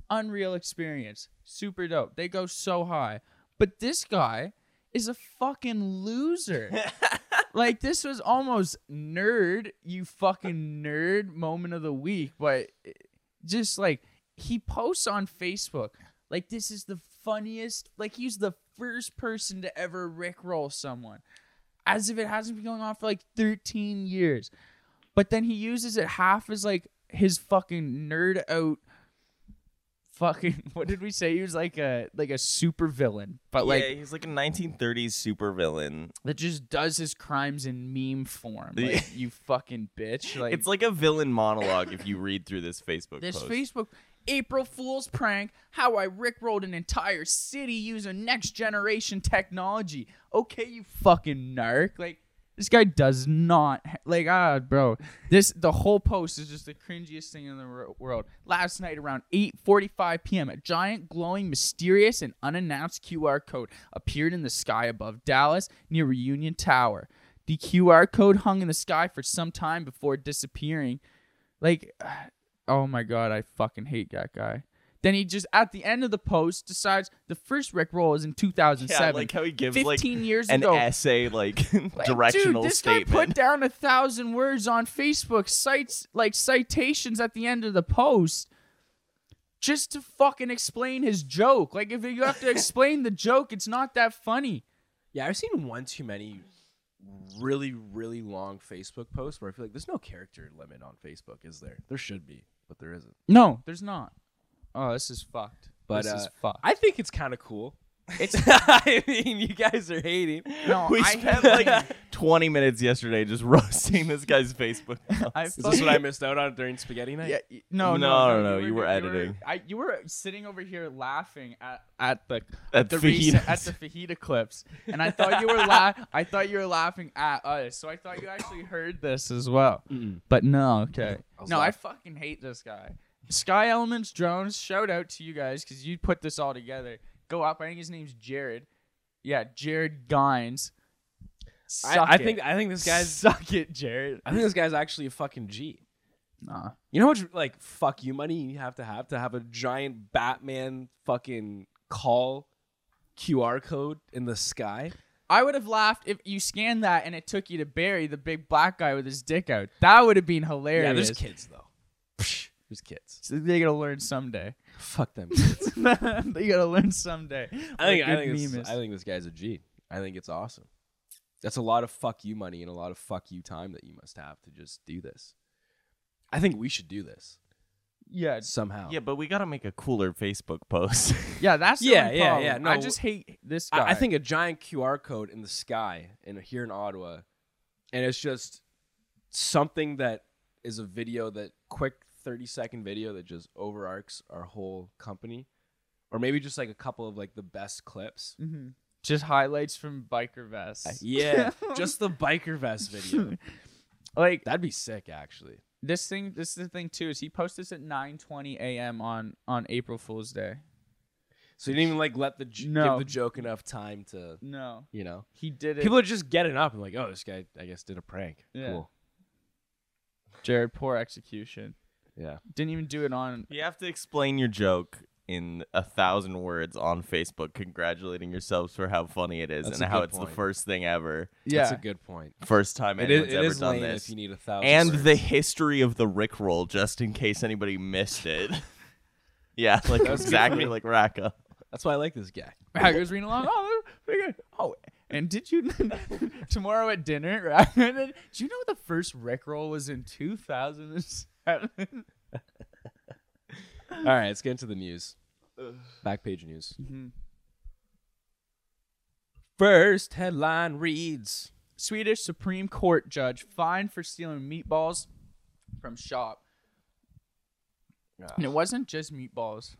Speaker 2: Unreal experience. Super dope. They go so high. But this guy is a fucking loser. like this was almost nerd, you fucking nerd moment of the week, but just like he posts on Facebook like this is the funniest. Like he's the first person to ever rickroll someone, as if it hasn't been going on for like 13 years. But then he uses it half as like his fucking nerd out. Fucking what did we say? He was like a like a super villain, but like
Speaker 3: yeah, he's like a 1930s supervillain.
Speaker 2: that just does his crimes in meme form.
Speaker 3: Yeah.
Speaker 2: Like, you fucking bitch. Like
Speaker 3: It's like a villain monologue if you read through this Facebook
Speaker 2: this
Speaker 3: post.
Speaker 2: Facebook April Fool's prank, how I rickrolled an entire city using next generation technology. Okay, you fucking narc. Like this guy does not ha- like ah bro. This the whole post is just the cringiest thing in the wor- world. Last night around 8:45 p.m., a giant glowing mysterious and unannounced QR code appeared in the sky above Dallas near Reunion Tower. The QR code hung in the sky for some time before disappearing. Like oh my god, I fucking hate that guy. Then he just at the end of the post decides the first Rick roll is in 2007.
Speaker 3: Yeah, like how he gives like
Speaker 2: 15 years
Speaker 3: an
Speaker 2: ago.
Speaker 3: essay like
Speaker 2: Like,
Speaker 3: directional
Speaker 2: Dude, this
Speaker 3: statement.
Speaker 2: guy put down a thousand words on Facebook cites like citations at the end of the post just to fucking explain his joke. Like if you have to explain the joke, it's not that funny.
Speaker 1: Yeah, I've seen one too many really, really long Facebook posts where I feel like there's no character limit on Facebook, is there? There should be, but there isn't.
Speaker 2: No, there's not. Oh, this is fucked.
Speaker 1: But
Speaker 2: this
Speaker 1: uh,
Speaker 2: is fucked.
Speaker 1: I think it's kind of cool. It's. I mean, you guys are hating.
Speaker 2: no,
Speaker 3: we
Speaker 2: I
Speaker 3: spent
Speaker 2: hate him.
Speaker 3: like 20 minutes yesterday just roasting this guy's Facebook.
Speaker 2: I
Speaker 1: Is
Speaker 3: post.
Speaker 1: this
Speaker 2: fucking-
Speaker 1: what I missed out on during spaghetti night?
Speaker 2: Yeah, Uh, y- no, no,
Speaker 3: No, no, you were
Speaker 2: You
Speaker 3: editing.
Speaker 2: were, I, you were sitting over here laughing at at the
Speaker 3: At
Speaker 2: the recent,
Speaker 3: fajitas.
Speaker 2: at the fajita clips, and I thought you were la- I thought you were laughing at us, so I thought you actually heard this as well. But no, okay,
Speaker 1: I was
Speaker 2: no,
Speaker 1: laugh-
Speaker 2: I fucking hate this guy. Sky Elements Drones, shout out to you guys because you put this all together. Go up, I think his name's Jared. Yeah, Jared Gines.
Speaker 1: I,
Speaker 2: Suck
Speaker 1: I
Speaker 2: it.
Speaker 1: think I think this guy's
Speaker 2: suck it, Jared.
Speaker 1: I think this guy's actually a fucking G.
Speaker 2: Nah.
Speaker 1: You know how much like fuck you money you have to have to have a giant Batman fucking call QR code in the sky?
Speaker 2: I would have laughed if you scanned that and it took you to Barry, the big black guy with his dick out. That would have been hilarious.
Speaker 1: yeah, there's kids though. Psh, There's kids.
Speaker 2: So they gotta learn someday.
Speaker 1: Fuck them. kids.
Speaker 2: they gotta learn someday.
Speaker 1: I think
Speaker 2: What a
Speaker 1: I
Speaker 2: good
Speaker 1: think, this,
Speaker 2: meme is.
Speaker 1: I think this guy's a G. I think it's awesome. That's a lot of fuck you money and a lot of fuck you time that you must have to just do this. I think we should do this
Speaker 2: yeah,
Speaker 1: somehow.
Speaker 3: Yeah, but we got to make a cooler Facebook post.
Speaker 2: yeah, that's the
Speaker 1: Yeah,
Speaker 2: only
Speaker 1: yeah,
Speaker 2: problem.
Speaker 1: yeah, no.
Speaker 2: I just hate this guy.
Speaker 1: I, I think a giant QR code in the sky in here in Ottawa, and it's just something that is a video that quick thirty second video that just overarcs our whole company, or maybe just like a couple of like the best clips.
Speaker 2: Mhm. just highlights from biker vests.
Speaker 1: Yeah, just the biker vest video.
Speaker 2: Like
Speaker 1: That'd be sick, actually.
Speaker 2: this thing. This is the thing too. Is he posted this at 9:20 a.m. on on April Fool's Day?
Speaker 1: So you didn't even like let the j-
Speaker 2: No.
Speaker 1: give the joke enough time to
Speaker 2: No,
Speaker 1: you know.
Speaker 2: he did it.
Speaker 1: People are just getting up and like, oh, this guy, I guess, did a prank.
Speaker 2: Yeah.
Speaker 1: Cool.
Speaker 2: Jared, poor execution.
Speaker 1: Yeah.
Speaker 2: Didn't even do it on
Speaker 3: you have to explain your joke in a thousand words on Facebook, congratulating yourselves for how funny it is
Speaker 1: That's a
Speaker 3: and how
Speaker 1: good
Speaker 3: it's
Speaker 1: point.
Speaker 3: the first thing ever,
Speaker 2: yeah.
Speaker 1: That's a good point.
Speaker 3: first time
Speaker 1: It is,
Speaker 3: anyone's
Speaker 1: it
Speaker 3: ever
Speaker 1: is
Speaker 3: done
Speaker 1: lame
Speaker 3: this.
Speaker 1: if you need a thousand.
Speaker 3: and
Speaker 1: words.
Speaker 3: the history of the Rickroll, just in case anybody missed it. yeah, like
Speaker 1: That's
Speaker 3: exactly like Raka.
Speaker 1: That's why I like this guy.
Speaker 2: Raggers reading along. Oh, pretty good. Oh, and did you tomorrow at dinner? Right? Did you know the first Rickroll was in 2007?
Speaker 1: All right, let's get into the news. Back page news.
Speaker 2: Mm-hmm.
Speaker 1: First headline reads
Speaker 2: Swedish Supreme Court judge fined for stealing meatballs from shop. And it wasn't just meatballs.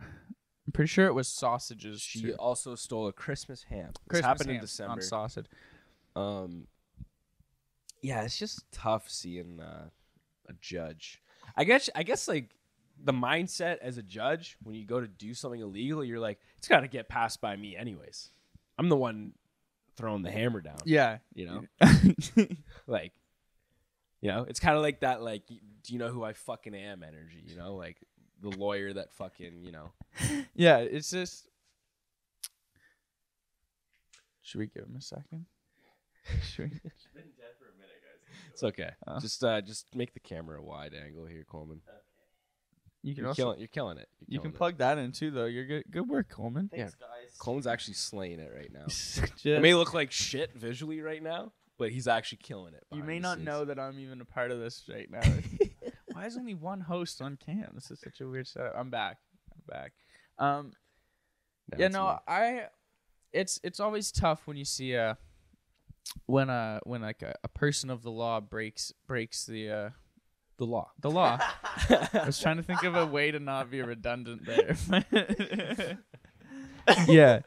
Speaker 2: I'm Pretty sure it was sausages.
Speaker 1: She
Speaker 2: too.
Speaker 1: also stole a Christmas ham. This
Speaker 2: Christmas
Speaker 1: happened in
Speaker 2: ham
Speaker 1: December.
Speaker 2: on sausage.
Speaker 1: Um, yeah, it's just tough seeing uh, a judge. I guess I guess like the mindset as a judge when you go to do something illegal, you're like, it's got to get passed by me anyways. I'm the one throwing the hammer down.
Speaker 2: Yeah.
Speaker 1: You know, like. You know, it's kind of like that. Like, y- do you know who I fucking am? Energy. You know, like the lawyer that fucking. You know,
Speaker 2: yeah, it's just Should we give him a second? Should we?
Speaker 1: it's okay.
Speaker 2: Uh.
Speaker 1: Just, uh just make the camera wide angle here, Coleman.
Speaker 2: You can
Speaker 1: You're
Speaker 2: also
Speaker 1: killing. You're killing it. You're
Speaker 2: you can
Speaker 1: killing it.
Speaker 2: plug that in too though. You're good good work, Coleman.
Speaker 1: Coleman's actually slaying it right now.
Speaker 2: Just-
Speaker 1: It may look like shit visually right now, but he's actually killing it.
Speaker 2: you
Speaker 1: behind
Speaker 2: may
Speaker 1: the
Speaker 2: not
Speaker 1: scenes.
Speaker 2: know that I'm even a part of this right now. Why is only one host on cam? This is such a weird setup. I'm back. I'm back. Um yeah,
Speaker 1: it's
Speaker 2: no,
Speaker 1: me.
Speaker 2: I. It's it's always tough when you see a when a when like a, a person of the law breaks breaks the uh,
Speaker 1: the law.
Speaker 2: the law. I was trying to think of a way to not be redundant there. yeah,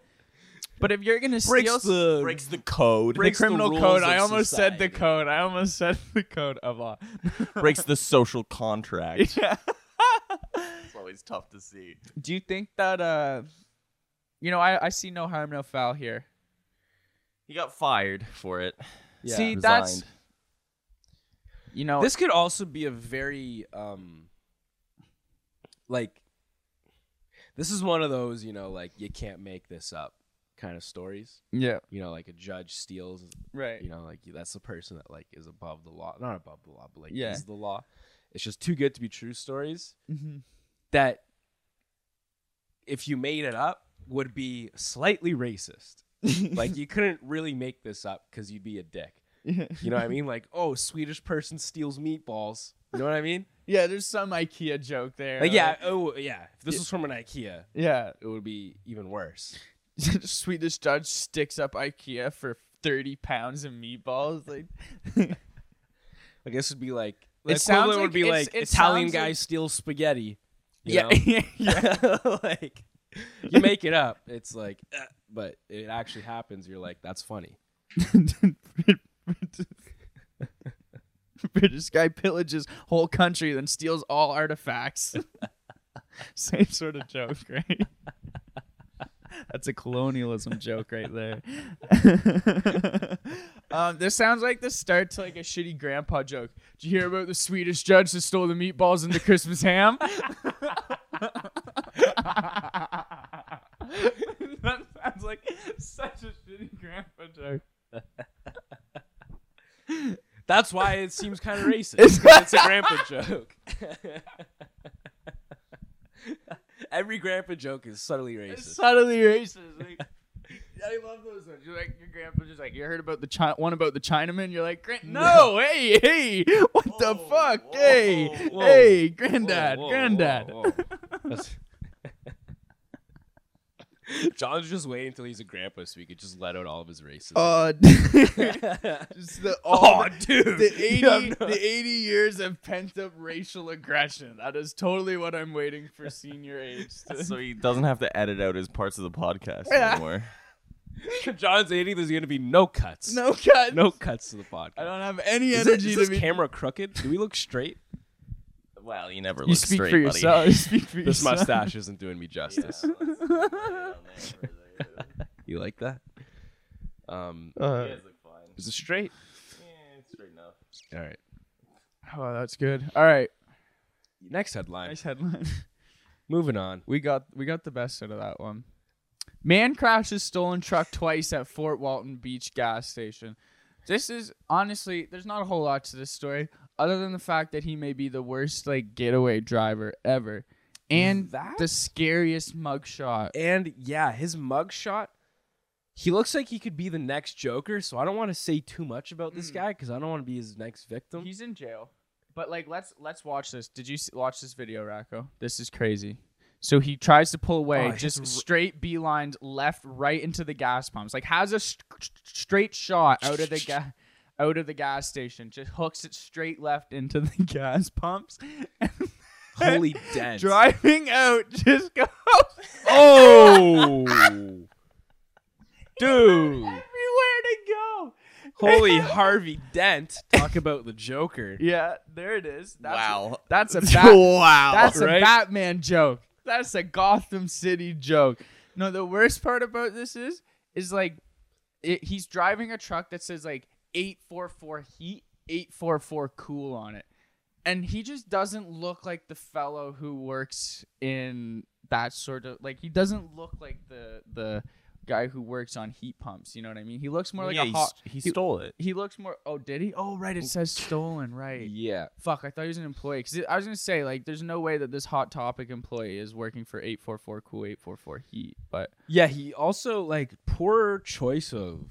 Speaker 2: but if you're gonna steal
Speaker 3: the breaks the code.
Speaker 2: the
Speaker 1: breaks the
Speaker 2: criminal
Speaker 1: rules
Speaker 2: code,
Speaker 1: of
Speaker 2: I almost said the
Speaker 1: society.
Speaker 2: code. I almost said the code of law.
Speaker 3: breaks the social contract.
Speaker 2: yeah.
Speaker 3: It's always tough to see.
Speaker 2: Do you think that uh, you know, I I see no harm, no foul here.
Speaker 3: He got fired for it.
Speaker 2: See, that's
Speaker 3: Resigned.
Speaker 2: you know
Speaker 1: This could also be a very um like this is one of those, you know, like you can't make this up kind of stories.
Speaker 2: yeah
Speaker 1: You know, like a judge steals,
Speaker 2: right
Speaker 1: you know, like that's the person that like is above the law. Not above the law, but like
Speaker 2: Yeah.
Speaker 1: is the law. It's just too good to be true stories.
Speaker 2: mm-hmm.
Speaker 1: that if you made it up would be slightly racist. like you couldn't really make this up because you'd be a dick. You know what I mean? Like, oh, Swedish person steals meatballs. You know what I mean?
Speaker 2: Yeah, there's some IKEA joke there.
Speaker 1: Like, yeah, oh, yeah. If this was from an IKEA,
Speaker 2: yeah.
Speaker 1: it would be even worse.
Speaker 2: Swedish judge sticks up IKEA for thirty pounds of meatballs. Like,
Speaker 1: Like, this would be like, the
Speaker 2: It sounds
Speaker 1: equivalent would
Speaker 2: like- it's-
Speaker 1: be like
Speaker 2: it
Speaker 1: Italian
Speaker 2: sounds
Speaker 1: guy
Speaker 2: like-
Speaker 1: steals spaghetti. you
Speaker 2: yeah,
Speaker 1: know?
Speaker 2: yeah,
Speaker 1: like, you make it up. It's like, uh, but it actually happens. You're like, that's funny.
Speaker 2: British guy pillages whole country, then steals all artifacts. Same sort of joke, right? That's a colonialism joke right there. um, this sounds like the start to like a shitty grandpa joke. Did you hear about the Swedish judge that stole the meatballs and the Christmas ham? that sounds like such a shitty grandpa joke.
Speaker 1: That's why it seems kind of racist. 'cause It's a grandpa joke. Every grandpa joke is subtly
Speaker 2: It's
Speaker 1: racist.
Speaker 2: subtly racist. Like, I love those ones. You're like your grandpa's just like you heard about the chi- one about the Chinaman. You're like, "Gran- no, hey, hey, what the
Speaker 3: Whoa,
Speaker 2: fuck,
Speaker 3: whoa,
Speaker 2: hey,
Speaker 3: whoa,
Speaker 2: hey, granddad,
Speaker 1: Whoa, whoa,
Speaker 2: granddad.
Speaker 1: whoa, whoa. That's- John's just waiting until he's a grandpa so he could just let out all of his racism.
Speaker 2: Uh, just the all
Speaker 1: Aw,
Speaker 2: the-
Speaker 1: dude.
Speaker 2: The 80,
Speaker 1: You have no-
Speaker 2: the 80 years of pent up racial aggression. That is totally what I'm waiting for senior age. To-
Speaker 3: So he doesn't have to edit out his parts of the podcast
Speaker 2: Yeah.
Speaker 3: anymore.
Speaker 1: John's 80, there's going to be no cuts.
Speaker 2: no cut.
Speaker 1: No cuts to the podcast.
Speaker 2: I don't have any
Speaker 1: is, it-
Speaker 2: energy
Speaker 1: is
Speaker 2: to
Speaker 1: this
Speaker 2: be.
Speaker 1: camera crooked? Do we look straight?
Speaker 3: Well, you never
Speaker 2: you
Speaker 3: look
Speaker 2: speak
Speaker 3: straight,
Speaker 2: for
Speaker 3: buddy.
Speaker 2: yourself. You speak for
Speaker 1: This
Speaker 2: yourself.
Speaker 1: mustache isn't doing me justice. You like that? Um,
Speaker 2: Uh.
Speaker 3: You guys look fine.
Speaker 1: is it straight?
Speaker 3: Yeah, it's straight enough.
Speaker 1: All right.
Speaker 2: Oh, that's good. All right.
Speaker 1: Next headline.
Speaker 2: Nice headline.
Speaker 1: Moving on.
Speaker 2: We got we got the best out of that one. Man crashes stolen truck twice at Fort Walton Beach gas station. This is honestly, there's not a whole lot to this story other than the fact that he may be the worst like getaway driver ever, and
Speaker 1: That-
Speaker 2: the scariest mugshot.
Speaker 1: And yeah, his mugshot. He looks like he could be the next Joker, so I don't want to say too much about
Speaker 2: Hmm.
Speaker 1: this guy because I don't want to be his next victim.
Speaker 2: He's in jail, but like let's let's watch this. Did you s- watch this video, Racco? This is crazy. So he tries to pull away,
Speaker 1: Oh, he
Speaker 2: just
Speaker 1: has a r-
Speaker 2: straight beelines left, right into the gas pumps. Like has a st- straight shot out of the gas. Out of the gas station, just hooks it straight left into the gas pumps.
Speaker 1: Holy dent.
Speaker 2: driving out just goes
Speaker 1: Oh, dude!
Speaker 2: everywhere to go.
Speaker 1: Holy Harvey Dent! Talk about the Joker.
Speaker 2: Yeah, there it is. That's
Speaker 3: wow.
Speaker 2: that's a bat-
Speaker 3: wow.
Speaker 2: that's
Speaker 1: Right?
Speaker 2: a Batman joke. That's a Gotham City joke. No, the worst part about this is is like it, he's driving a truck that says like 844 heat, 844 cool on it. And he just doesn't look like the fellow who works in that sort of like he doesn't look like the the guy who works on heat pumps, you know what I mean? He looks more like
Speaker 3: yeah,
Speaker 2: a
Speaker 3: he,
Speaker 2: hot
Speaker 3: s- he stole it.
Speaker 2: he looks more Oh, did he? Oh, right, it says stolen, right.
Speaker 1: Yeah.
Speaker 2: Fuck, I thought he was an employee. Cause I was gonna say like, there's no way that this hot topic employee is working for eight four four cool eight four four heat. But
Speaker 1: Yeah, he also like poor choice of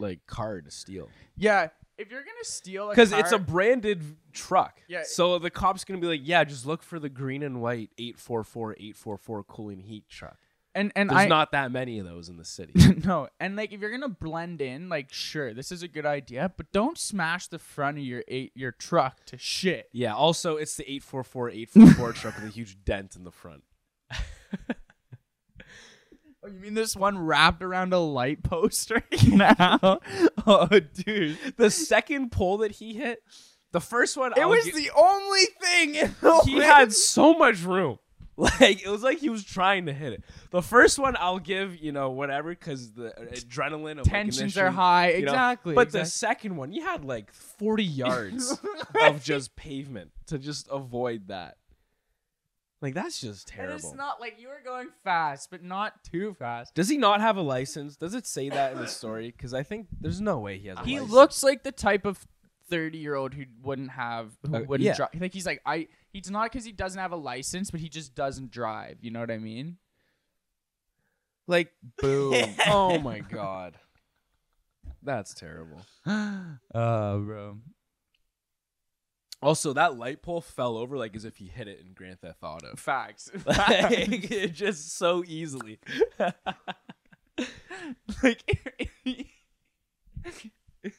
Speaker 1: like car to steal
Speaker 2: yeah, if you're gonna steal,
Speaker 1: because it's a branded truck.
Speaker 2: Yeah.
Speaker 1: So the cop's gonna be like, yeah, just look for the green and white 844 844 cooling heat truck.
Speaker 2: and and
Speaker 1: There's
Speaker 2: I
Speaker 1: not that many of those in the city.
Speaker 2: no, and like if you're gonna blend in, like sure, this is a good idea, but don't smash the front of your eight your truck to shit.
Speaker 1: yeah. Also, it's the 844 844 truck with a huge dent in the front.
Speaker 2: Oh, you mean this one wrapped around a light post right now? oh, dude.
Speaker 1: The second pole that he hit, the first one,
Speaker 2: It
Speaker 1: I'll
Speaker 2: was
Speaker 1: gi-
Speaker 2: the only thing in the
Speaker 1: he
Speaker 2: list.
Speaker 1: had so much room. Like it was like he was trying to hit it. The first one I'll give, you know, whatever, because the adrenaline of like,
Speaker 2: tensions
Speaker 1: ignition,
Speaker 2: are high.
Speaker 1: you know.
Speaker 2: Exactly.
Speaker 1: But the
Speaker 2: exactly.
Speaker 1: second one, you had like forty yards of just pavement to just avoid that. Like that's just
Speaker 2: And
Speaker 1: terrible.
Speaker 2: it's not like you were going fast, but not too fast.
Speaker 1: Does he not have a license? Does it say that in the story? Because I think there's no way he has. a
Speaker 2: He
Speaker 1: license.
Speaker 2: looks like the type of thirty-year-old who wouldn't have, who
Speaker 1: Uh,
Speaker 2: wouldn't
Speaker 1: yeah.
Speaker 2: drive. Like he's like I. He's not because he doesn't have a license, but he just doesn't drive. You know what I mean?
Speaker 1: like boom. oh my god, that's terrible.
Speaker 2: Uh, bro.
Speaker 1: Also, that light pole fell over like as if he hit it in Grand Theft Auto.
Speaker 2: Facts.
Speaker 1: Like, it just so easily.
Speaker 2: like,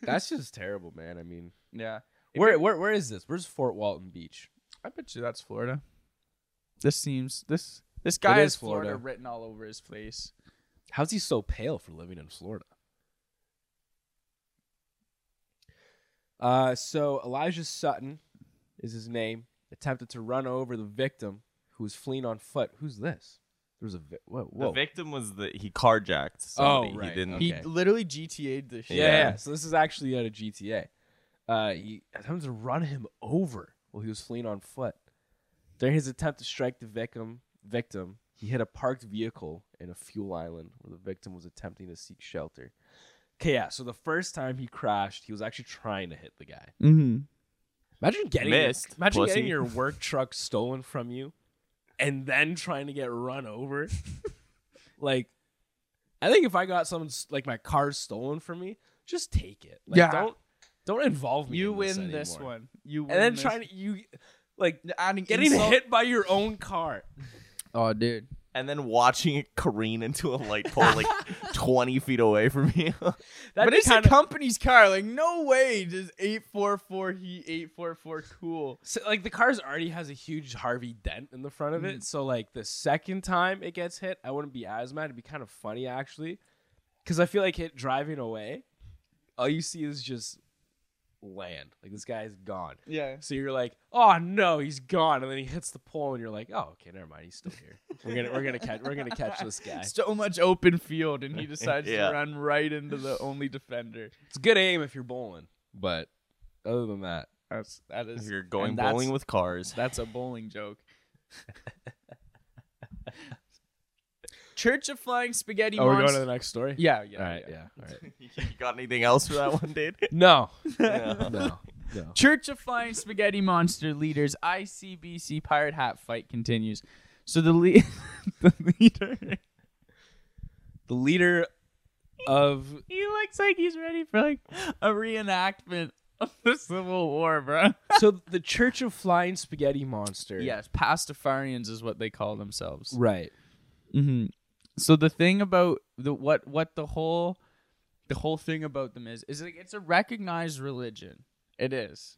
Speaker 1: That's just terrible, man. I mean,
Speaker 2: yeah.
Speaker 1: where where where is this? Where's Fort Walton Beach?
Speaker 2: I bet you that's Florida. This seems this this
Speaker 1: guy
Speaker 2: guy
Speaker 1: has
Speaker 2: is
Speaker 1: Florida.
Speaker 2: Florida. written all over his place.
Speaker 1: How's he so pale for living in Florida? Uh, so Elijah Sutton is his name. Attempted to run over the victim who was fleeing on foot. Who's this? There was a vi- whoa whoa.
Speaker 3: The victim was the he carjacked somebody.
Speaker 1: right,
Speaker 3: He didn't.
Speaker 1: okay.
Speaker 2: Oh, He literally GTA'd the shit.
Speaker 1: Yeah,
Speaker 3: Yeah.
Speaker 1: yeah. So this is actually at a GTA. Uh, he attempted to run him over while he was fleeing on foot. During his attempt to strike the victim, victim, he hit a parked vehicle in a fuel island where the victim was attempting to seek shelter. Okay, yeah. So the first time he crashed, he was actually trying to hit the guy.
Speaker 2: Mm-hmm.
Speaker 1: Imagine getting
Speaker 3: Missed,
Speaker 1: imagine
Speaker 3: pussy.
Speaker 1: getting your work truck stolen from you, and then trying to get run over. like, I think if I got someone like my car stolen from me, just take it. Like,
Speaker 2: Yeah.
Speaker 1: Don't don't involve me.
Speaker 2: You
Speaker 1: in
Speaker 2: win
Speaker 1: this,
Speaker 2: this,
Speaker 1: anymore.
Speaker 2: one. You win
Speaker 1: and then
Speaker 2: this.
Speaker 1: trying to you like
Speaker 2: adding
Speaker 1: getting hit by your own car.
Speaker 2: Oh, dude.
Speaker 3: And then watching it careen into a light pole like 20 feet away from you.
Speaker 1: That'd
Speaker 2: but
Speaker 1: be
Speaker 2: it's
Speaker 1: kinda-
Speaker 2: a company's car. Like, no way does 844 he 844 cool.
Speaker 1: So, like the car's already has a huge Harvey dent in the front of it. So like the second time it gets hit, I wouldn't be as mad. It'd be kind of funny actually, because I feel like it driving away, all you see is just land. Like this guy's gone.
Speaker 2: Yeah.
Speaker 1: So you're like, oh no, he's gone, and then he hits the pole, and you're like, oh okay, never mind, he's still here. We're gonna we're gonna catch we're gonna catch this guy.
Speaker 2: So much open field, and he decides
Speaker 3: Yeah.
Speaker 2: to run right into the only defender.
Speaker 1: It's good aim if you're bowling, but other than that,
Speaker 2: That's, that is.
Speaker 3: You're going
Speaker 2: and that's-
Speaker 3: bowling with cars.
Speaker 2: That's a bowling joke. Church of Flying Spaghetti
Speaker 1: oh, we're going to the
Speaker 2: Monst-
Speaker 1: next story.
Speaker 2: Yeah, yeah.
Speaker 1: All right.
Speaker 2: yeah.
Speaker 1: Yeah. All right.
Speaker 3: you got anything else for that one, dude?
Speaker 1: No.
Speaker 3: No.
Speaker 1: No. No.
Speaker 2: Church of Flying Spaghetti Monster leaders ICBC pirate hat fight continues. So the le- the leader
Speaker 1: The leader of
Speaker 2: he looks like he's ready for like a reenactment of the Civil War, bro.
Speaker 1: so the Church of Flying Spaghetti Monster.
Speaker 2: Yes, Pastafarians is what they call themselves.
Speaker 1: Right.
Speaker 2: Mm-hmm. So the thing about the what what the whole the whole thing about them is is like it's a recognized religion. It is.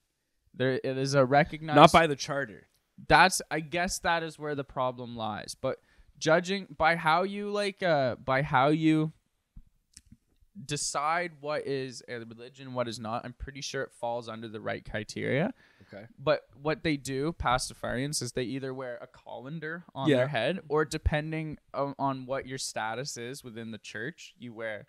Speaker 2: There it is a recognized
Speaker 1: Not by the charter.
Speaker 2: that's I guess that is where the problem lies. But judging by how you like uh by how you decide what is a religion what is not, I'm pretty sure it falls under the right criteria.
Speaker 1: Okay.
Speaker 2: But what they do, pastafarians, is they either wear a colander on
Speaker 1: Yeah.
Speaker 2: their head, or depending on, on what your status is within the church, you wear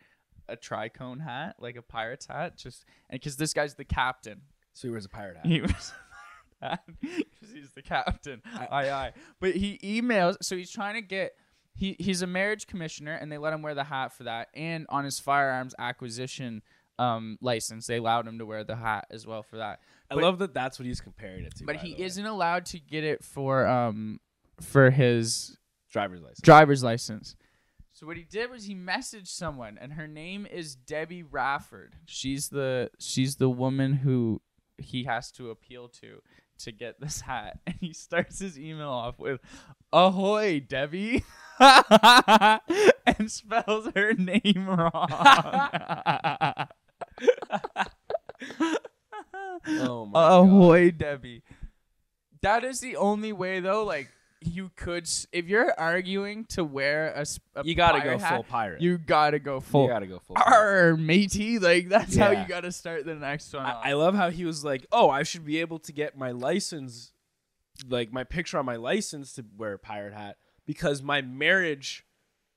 Speaker 2: a tricone hat, like a pirate's hat, just and because this guy's the captain,
Speaker 1: So he wears a pirate hat.
Speaker 2: he was because he's the captain. Aye aye. But he emails, so he's trying to get. He he's a marriage commissioner, and they let him wear the hat for that. And on his firearms acquisition um license, they allowed him to wear the hat as well for that.
Speaker 1: I
Speaker 2: But-
Speaker 1: love that that's what he's comparing it to.
Speaker 2: But
Speaker 1: by
Speaker 2: he
Speaker 1: the way.
Speaker 2: isn't allowed to get it for um for his
Speaker 1: driver's license.
Speaker 2: driver's license. So what he did was he messaged someone, and her name is Debbie Rafford. She's the she's the woman who he has to appeal to to get this hat. And he starts his email off with "Ahoy, Debbie," and spells her name wrong.
Speaker 1: oh my god.
Speaker 2: Ahoy, Debbie. That is the only way, though. Like you could, s- if you're arguing to wear a, s- a
Speaker 1: You gotta go
Speaker 2: pirate hat,
Speaker 1: full pirate.
Speaker 2: You gotta go full.
Speaker 1: You gotta go full. pirate.
Speaker 2: Arr, matey. Like that's how
Speaker 1: Yeah.
Speaker 2: you gotta start the next one. off.
Speaker 1: I, I love how he was like, "Oh, I should be able to get my license, like my picture on my license to wear a pirate hat because my marriage,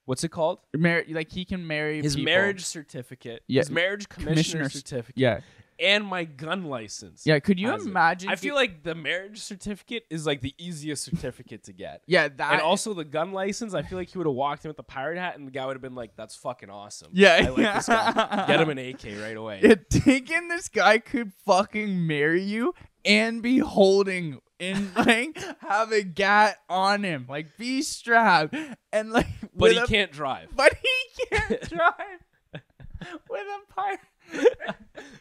Speaker 1: what's it called?
Speaker 2: Mar- like he can marry
Speaker 1: His
Speaker 2: people.
Speaker 1: marriage certificate,
Speaker 2: Yeah,
Speaker 1: his marriage commissioner
Speaker 2: commissioner's-
Speaker 1: certificate,
Speaker 2: Yeah,
Speaker 1: and my gun license."
Speaker 2: yeah. Could you
Speaker 1: has it.
Speaker 2: imagine?
Speaker 1: I feel like the marriage certificate is like the easiest certificate to get.
Speaker 2: Yeah, that.
Speaker 1: And also the gun license, I feel like he would have walked in with the pirate hat, and the guy would have been like, "That's fucking awesome.
Speaker 2: Yeah.
Speaker 1: I like this guy. Get him an AK right away."
Speaker 2: Yeah, thinking this guy could fucking marry you and be holding and like have a gat on him, like be strapped and like.
Speaker 1: but
Speaker 2: with
Speaker 1: he
Speaker 2: a-
Speaker 1: can't drive.
Speaker 2: But he can't drive with a pirate.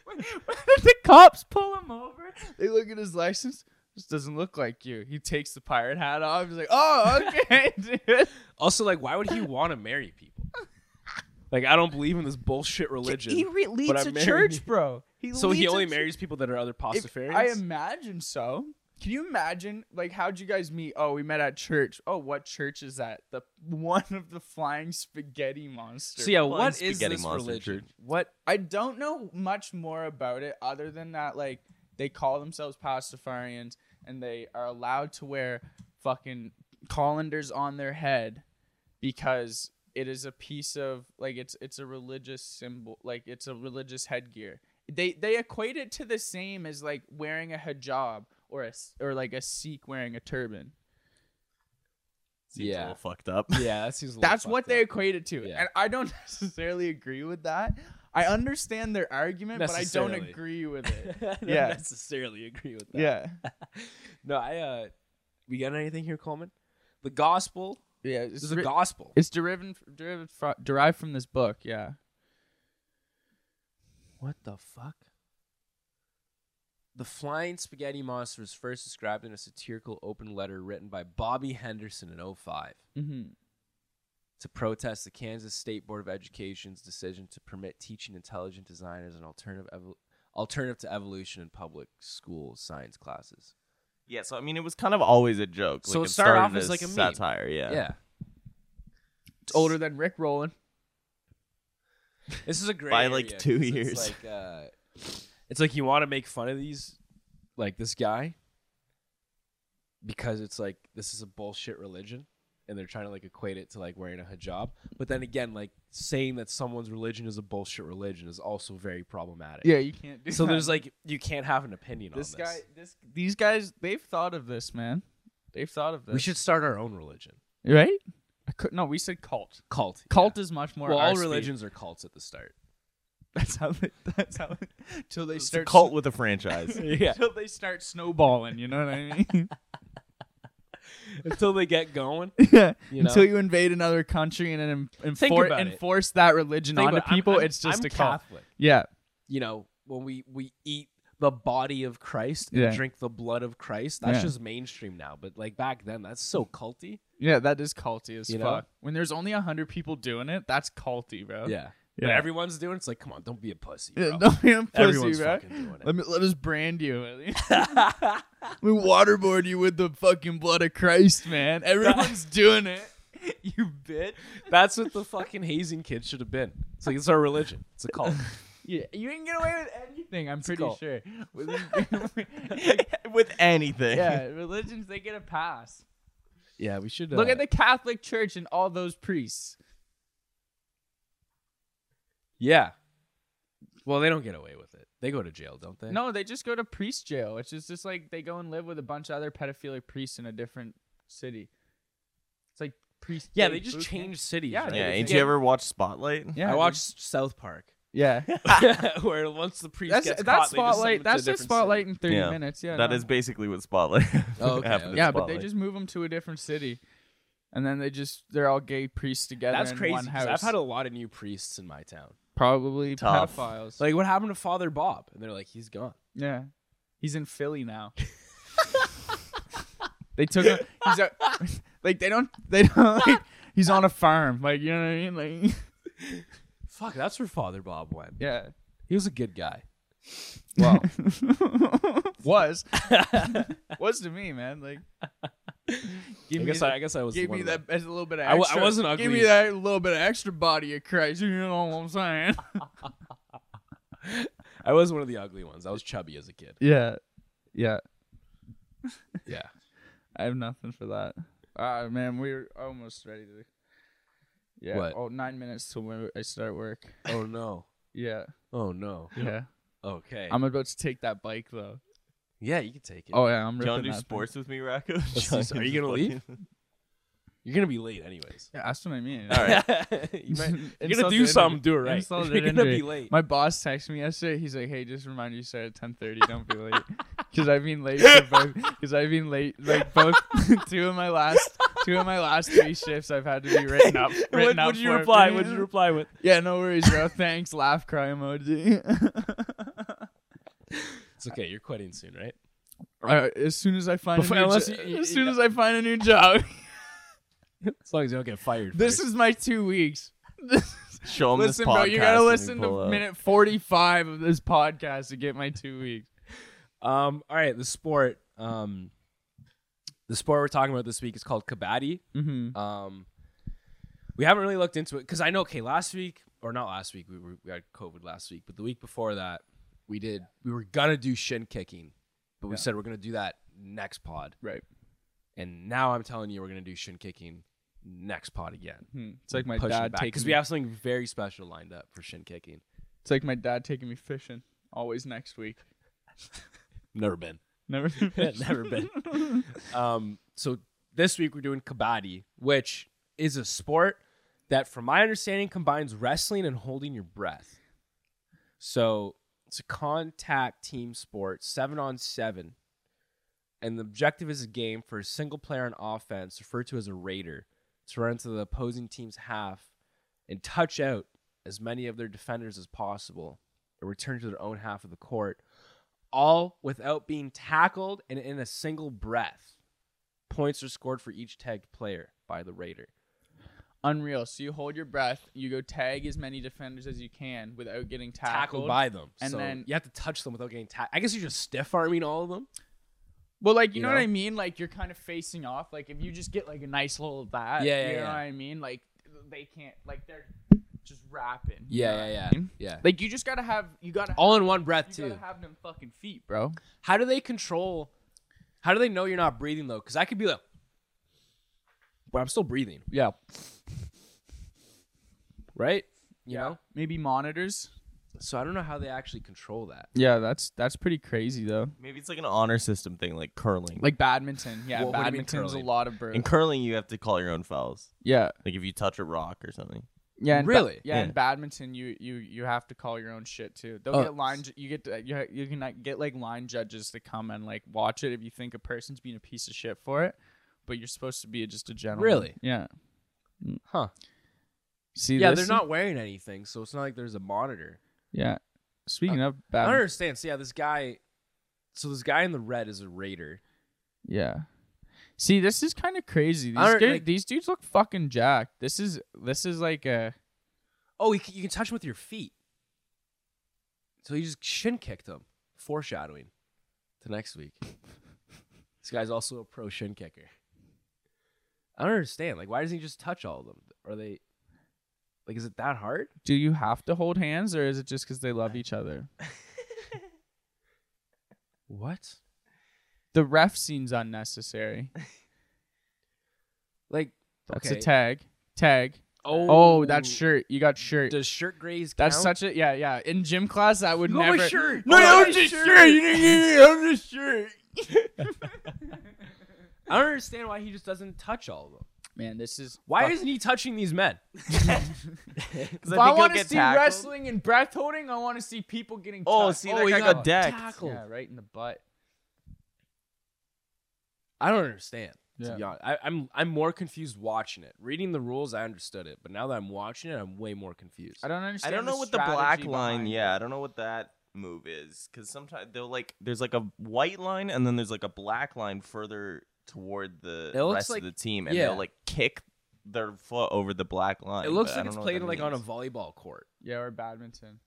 Speaker 2: when, when the cops pull him over, they look at his license. This doesn't look like you. He takes the pirate hat off. He's like, "Oh, okay, dude."
Speaker 1: Also, like, why would he want to marry people? Like, I don't believe in this bullshit religion.
Speaker 2: He re- leads
Speaker 1: I'm
Speaker 2: a
Speaker 1: married.
Speaker 2: church, bro. He
Speaker 1: so
Speaker 2: leads
Speaker 1: he
Speaker 2: a
Speaker 1: only
Speaker 2: church.
Speaker 1: marries people that are other
Speaker 2: If-
Speaker 1: Pastafarians?
Speaker 2: I imagine so. Can you imagine? Like, how'd you guys meet? Oh, we met at church. Oh, what church is that? The one of the flying spaghetti monsters.
Speaker 1: So yeah,
Speaker 3: Well,
Speaker 1: what
Speaker 3: it's
Speaker 1: is
Speaker 3: spaghetti
Speaker 1: this
Speaker 3: monster
Speaker 1: religion?
Speaker 3: church.
Speaker 1: What?
Speaker 2: I don't know much more about it other than that, like, they call themselves Pastafarians and they are allowed to wear fucking colanders on their head because it is a piece of like it's it's a religious symbol like it's a religious headgear they they equate it to the same as like wearing a hijab or a s- or like a sikh wearing a turban
Speaker 3: Seems
Speaker 1: Yeah.
Speaker 3: a little fucked up.
Speaker 1: Yeah, that seems. A little
Speaker 2: That's what
Speaker 1: fucked
Speaker 2: they
Speaker 1: up.
Speaker 2: equate it to.
Speaker 1: Yeah.
Speaker 2: And I don't necessarily agree with that. I understand their argument, but I don't
Speaker 1: Necessarily.
Speaker 2: agree with it.
Speaker 1: I don't
Speaker 2: Yeah.
Speaker 1: necessarily agree with that.
Speaker 2: yeah.
Speaker 1: No, I. uh We got anything here, Coleman? The gospel.
Speaker 2: Yeah.
Speaker 1: This
Speaker 2: It's,
Speaker 1: is a
Speaker 2: ri-
Speaker 1: gospel.
Speaker 2: it's derived, derived, fro- derived from this book. Yeah.
Speaker 1: What the fuck? The flying spaghetti monster was first described in a satirical open letter written by Bobby Henderson in 05.
Speaker 2: Mm-hmm.
Speaker 1: to protest the Kansas State Board of Education's decision to permit teaching intelligent design as an alternative evo- alternative to evolution in public school science classes.
Speaker 3: Yeah, so I mean, it was kind of always a joke.
Speaker 1: So
Speaker 3: like,
Speaker 1: it started off as, like, a meme.
Speaker 3: satire. Yeah.
Speaker 1: Yeah.
Speaker 2: It's older than Rick Roland.
Speaker 1: This is a great
Speaker 3: By, like,
Speaker 1: area,
Speaker 3: two
Speaker 1: 'cause
Speaker 3: years.
Speaker 1: It's like, uh, it's like you want to make fun of these like this guy because it's like this is a bullshit religion and they're trying to like equate it to like wearing a hijab. But then again, like saying that someone's religion is a bullshit religion is also very problematic.
Speaker 2: Yeah, you can't do
Speaker 1: So
Speaker 2: that.
Speaker 1: there's like you can't have an opinion
Speaker 2: this
Speaker 1: on
Speaker 2: guy, this these guys, they've thought of this, man. They've thought of this.
Speaker 1: We should start our own religion.
Speaker 2: right? I could, no, we said cult.
Speaker 1: Cult.
Speaker 2: Cult is much more.
Speaker 1: Well,
Speaker 2: our
Speaker 1: all
Speaker 2: speed.
Speaker 1: religions are cults at the start.
Speaker 2: That's how. They, that's how. Till they
Speaker 3: It's a
Speaker 2: start.
Speaker 3: cult with a franchise.
Speaker 1: yeah.
Speaker 2: Till they start snowballing. You know what I mean?
Speaker 1: Until they get going.
Speaker 2: Yeah.
Speaker 1: You know?
Speaker 2: Until you invade another country and then en-
Speaker 1: Think
Speaker 2: enfor-
Speaker 1: about it.
Speaker 2: enforce that religion
Speaker 1: Think
Speaker 2: onto
Speaker 1: about it. I'm-
Speaker 2: people,
Speaker 1: I'm-
Speaker 2: it's just
Speaker 1: I'm
Speaker 2: a cult.
Speaker 1: Catholic.
Speaker 2: Yeah.
Speaker 1: You know, when we we eat the body of Christ and
Speaker 2: Yeah.
Speaker 1: drink the blood of Christ, that's
Speaker 2: Yeah.
Speaker 1: just mainstream now. But like back then, that's so culty.
Speaker 2: Yeah, that is culty as
Speaker 1: You know?
Speaker 2: fuck. When there's only 100 people doing it, that's culty, bro.
Speaker 1: Yeah. But
Speaker 2: Yeah.
Speaker 1: everyone's doing it, it's like, come on, don't be a pussy. Bro.
Speaker 2: Yeah, don't be a pussy,
Speaker 1: Everyone's
Speaker 2: right?
Speaker 1: fucking doing it.
Speaker 2: Let me let us brand you. we waterboard you with the fucking blood of Christ, man. Everyone's doing it. You bitch.
Speaker 1: That's what the fucking hazing kid should have been. It's like it's our religion. It's a cult.
Speaker 2: Yeah, you can get away with anything. I'm pretty
Speaker 1: cool.
Speaker 2: sure. With-
Speaker 3: with anything.
Speaker 2: yeah, religions they get a pass.
Speaker 1: yeah, we should uh,
Speaker 2: Look at the Catholic Church and all those priests.
Speaker 1: Yeah. Well, they don't get away with it. They go to jail, don't they?
Speaker 2: No, they just go to priest jail, which is just like they go and live with a bunch of other pedophilic priests in a different city. It's like priest.
Speaker 1: Yeah,
Speaker 2: day
Speaker 1: they just
Speaker 2: boot camp.
Speaker 1: change cities.
Speaker 2: Yeah,
Speaker 1: right?
Speaker 3: Yeah,
Speaker 2: they-
Speaker 3: ain't
Speaker 2: yeah.
Speaker 3: you ever watched Spotlight?
Speaker 2: Yeah,
Speaker 1: I
Speaker 2: they-
Speaker 1: watched South Park,
Speaker 2: Yeah,
Speaker 1: where once the priest
Speaker 2: that's
Speaker 1: gets
Speaker 2: that's
Speaker 1: caught, they
Speaker 2: spotlight.
Speaker 1: just send him to
Speaker 2: That's
Speaker 1: a
Speaker 2: their
Speaker 1: different
Speaker 2: spotlight in thirty
Speaker 3: Yeah.
Speaker 2: minutes. Yeah,
Speaker 3: That
Speaker 2: no.
Speaker 3: is basically what Spotlight.
Speaker 1: Oh, okay,
Speaker 3: happened
Speaker 1: okay.
Speaker 3: to
Speaker 2: Yeah, but they
Speaker 3: Spotlight.
Speaker 2: just move them to a different city, and then they just they're all gay priests together.
Speaker 1: That's
Speaker 2: in
Speaker 1: crazy.
Speaker 2: One
Speaker 1: 'cause
Speaker 2: house.
Speaker 1: I've had a lot of new priests in my town.
Speaker 2: probably
Speaker 3: Tough.
Speaker 2: pedophiles.
Speaker 1: Like, what happened to Father Bob? And they're like, he's gone.
Speaker 2: yeah, he's in Philly now. they took him. He's a, like they don't they don't like he's on a farm. Like you know what I mean? Like
Speaker 1: Fuck, that's where Father Bob went.
Speaker 2: yeah.
Speaker 1: He was a good guy.
Speaker 2: Well, was was to me, man. Like, give
Speaker 1: I guess I, I guess I was.
Speaker 2: gave
Speaker 1: one
Speaker 2: me
Speaker 1: of them.
Speaker 2: that as a little bit of
Speaker 1: I wa- I
Speaker 2: extra.
Speaker 1: wasn't ugly.
Speaker 2: Give me that little bit of extra body of Christ. You know what I'm saying?
Speaker 1: I was one of the ugly ones. I was chubby as a kid.
Speaker 2: yeah, yeah.
Speaker 1: Yeah.
Speaker 2: I have nothing for that. Ah, man, we're almost ready to. Yeah.
Speaker 1: What?
Speaker 2: Oh, nine minutes till when I start work.
Speaker 1: Oh no.
Speaker 2: Yeah.
Speaker 1: Oh no.
Speaker 2: Yeah.
Speaker 1: Okay.
Speaker 2: I'm about to take that bike though.
Speaker 1: yeah, you can take it.
Speaker 2: Oh yeah, I'm
Speaker 3: Do
Speaker 2: ripping
Speaker 3: you wanna do
Speaker 2: that thing.
Speaker 3: sports with me, Rocco?
Speaker 1: do s- are you gonna leave? You're gonna be late anyways.
Speaker 2: Yeah, that's what I mean.
Speaker 3: All right.
Speaker 1: you might, you're gonna
Speaker 2: Insult
Speaker 1: do
Speaker 2: the
Speaker 1: something.
Speaker 2: injury.
Speaker 1: Do it right.
Speaker 2: Insult the
Speaker 1: You're gonna
Speaker 2: injury.
Speaker 1: be late.
Speaker 2: My boss texted me yesterday. He's like, "Hey, just remind you, to start at ten thirty. Don't be late, because I've been late for both. Because I've been late, like both two of my last two of my last three shifts. I've had to be written up. Written
Speaker 1: what
Speaker 2: up
Speaker 1: would you
Speaker 2: for.
Speaker 1: reply? What would you reply with?
Speaker 2: Yeah, no worries, bro. Thanks. Laugh cry emoji.
Speaker 1: It's okay. You're quitting soon, right?
Speaker 2: Alright, Uh, as soon as I find
Speaker 1: Before-
Speaker 2: a new
Speaker 1: unless
Speaker 2: jo-
Speaker 1: you- you-
Speaker 2: as soon as I find a new job,
Speaker 1: As long as you don't get fired.
Speaker 2: this
Speaker 1: first.
Speaker 2: is my two weeks.
Speaker 3: Show him
Speaker 2: listen,
Speaker 3: this podcast
Speaker 2: bro, you gotta
Speaker 3: when we
Speaker 2: listen
Speaker 3: pull
Speaker 2: to
Speaker 3: up.
Speaker 2: minute forty-five of this podcast to get my two weeks.
Speaker 1: um. All right. The sport. Um. The sport we're talking about this week is called kabaddi.
Speaker 2: Mm-hmm.
Speaker 1: Um, we haven't really looked into it because I know. Okay, last week or not last week, we were, we had COVID last week, but the week before that, we did. We were gonna do shin kicking, but we
Speaker 2: Yeah.
Speaker 1: said we're gonna do that next pod,
Speaker 2: Right.
Speaker 1: and now I'm telling you, we're gonna do shin kicking next pod again.
Speaker 2: Hmm. It's like my
Speaker 1: Pushing
Speaker 2: dad
Speaker 1: back
Speaker 2: taking
Speaker 1: because
Speaker 2: me,
Speaker 1: we have something very special lined up for shin kicking.
Speaker 2: It's like my dad taking me fishing. Always next week.
Speaker 1: Never been.
Speaker 2: Never been fishing.
Speaker 1: Never been. Um, so this week we're doing kabaddi, which is a sport that, from my understanding, combines wrestling and holding your breath. So it's a contact team sport, seven on seven, and the objective is a game for a single player on offense, referred to as a raider, to run into the opposing team's half and touch out as many of their defenders as possible, and return to their own half of the court all without being tackled and in a single breath. Points are scored for each tagged player by the Raider.
Speaker 2: Unreal. So you hold your breath. You go tag as many defenders as you can without getting tackled.
Speaker 1: Tackled by them.
Speaker 2: and
Speaker 1: so
Speaker 2: then-
Speaker 1: you have to touch them without getting tackled. I guess you're just stiff arming all of them.
Speaker 2: Well, like you,
Speaker 1: You
Speaker 2: know, what
Speaker 1: know?
Speaker 2: I mean. Like you're kind of facing off. Like if you just get like a nice little of that.
Speaker 1: Yeah, yeah,
Speaker 2: You know
Speaker 1: yeah.
Speaker 2: what I mean. Like they can't. Like they're just rapping. you know
Speaker 1: Yeah,
Speaker 2: what I
Speaker 1: yeah, yeah.
Speaker 2: mean?
Speaker 1: Yeah.
Speaker 2: Like you just gotta have. You gotta.
Speaker 1: All in one breath,
Speaker 2: you
Speaker 1: too.
Speaker 2: gotta have them fucking feet, bro.
Speaker 1: How do they control? How do they know you're not breathing, though? Because I could be like, but I'm still breathing,
Speaker 2: Yeah.
Speaker 1: right? You know?
Speaker 2: Maybe monitors.
Speaker 1: So I don't know how they actually control that.
Speaker 2: Yeah, that's that's pretty crazy though.
Speaker 3: Maybe it's like an honor system thing, like curling.
Speaker 2: Like badminton. Yeah,
Speaker 1: What- what do you mean
Speaker 2: badminton's a
Speaker 1: curling?
Speaker 2: lot of bro.
Speaker 3: In curling, you have to call your own fouls.
Speaker 2: yeah.
Speaker 3: Like if you touch a rock or something.
Speaker 2: Yeah, in ba-
Speaker 1: Really?
Speaker 2: yeah, in
Speaker 3: Yeah.
Speaker 2: badminton, you you you have to call your own shit too. They'll
Speaker 1: Oh.
Speaker 2: get line. ju- You get to, you ha- you can like, get like line judges to come and like watch it if you think a person's being a piece of shit for it, but you're supposed to be just a gentleman.
Speaker 1: Really?
Speaker 2: Yeah.
Speaker 1: Huh.
Speaker 2: See,
Speaker 1: Yeah,
Speaker 2: this-
Speaker 1: they're not wearing anything, so it's not like there's a monitor.
Speaker 2: Yeah. Speaking of
Speaker 1: I don't
Speaker 2: badminton,
Speaker 1: understand. So yeah, this guy. So this guy in the red is a raider.
Speaker 2: yeah. See, this is kind of crazy. These
Speaker 1: I don't-
Speaker 2: dude-
Speaker 1: like-
Speaker 2: these dudes look fucking jacked. This is this is like a
Speaker 1: Oh, you can, you can touch him with your feet. So he just shin kicked him. Foreshadowing to next week. this guy's also a pro shin kicker. I don't understand. Like, why doesn't he just touch all of them? Are they like? Is it that hard?
Speaker 2: Do you have to hold hands, or is it just because they love each other?
Speaker 1: What?
Speaker 2: The ref seems unnecessary.
Speaker 1: Like,
Speaker 2: That's
Speaker 1: okay.
Speaker 2: a tag. Tag. Oh, that shirt. You got shirt.
Speaker 1: Does shirt graze?
Speaker 2: That's
Speaker 1: count?
Speaker 2: such a yeah, yeah. In gym class, I would
Speaker 1: Look at
Speaker 2: never.
Speaker 1: my shirt.
Speaker 2: No,
Speaker 1: Look at
Speaker 2: I'm
Speaker 1: my
Speaker 2: just
Speaker 1: shirt.
Speaker 2: sure you didn't give me. I'm just sure.
Speaker 1: I don't understand why he just doesn't touch all of them.
Speaker 2: Man, this is
Speaker 1: Why
Speaker 2: fuck-
Speaker 1: isn't he touching these men?
Speaker 2: If I, want to see wrestling and breath holding. I want to see people getting.
Speaker 3: Oh,
Speaker 2: tucked.
Speaker 3: see,
Speaker 1: Oh,
Speaker 3: that
Speaker 1: he
Speaker 3: guy
Speaker 1: got
Speaker 3: got decked.
Speaker 1: tackled.
Speaker 2: yeah, right in the butt.
Speaker 1: I don't understand. To
Speaker 2: Yeah.
Speaker 1: be honest, I, I'm I'm more confused watching it. Reading the rules, I understood it, but now that I'm watching it, I'm way more confused.
Speaker 2: I don't understand.
Speaker 3: I don't know what the black line. Yeah, I don't know what that move is because sometimes they'll like there's like a white line and then there's like a black line further toward the
Speaker 1: It looks
Speaker 3: rest
Speaker 1: like-
Speaker 3: of the team, and
Speaker 1: yeah.
Speaker 3: they'll like kick their foot over the black line.
Speaker 1: it looks
Speaker 3: but I
Speaker 1: like
Speaker 3: don't
Speaker 1: it's
Speaker 3: know what
Speaker 1: played
Speaker 3: that
Speaker 1: like on a
Speaker 3: means.
Speaker 1: volleyball court.
Speaker 2: Yeah, or badminton.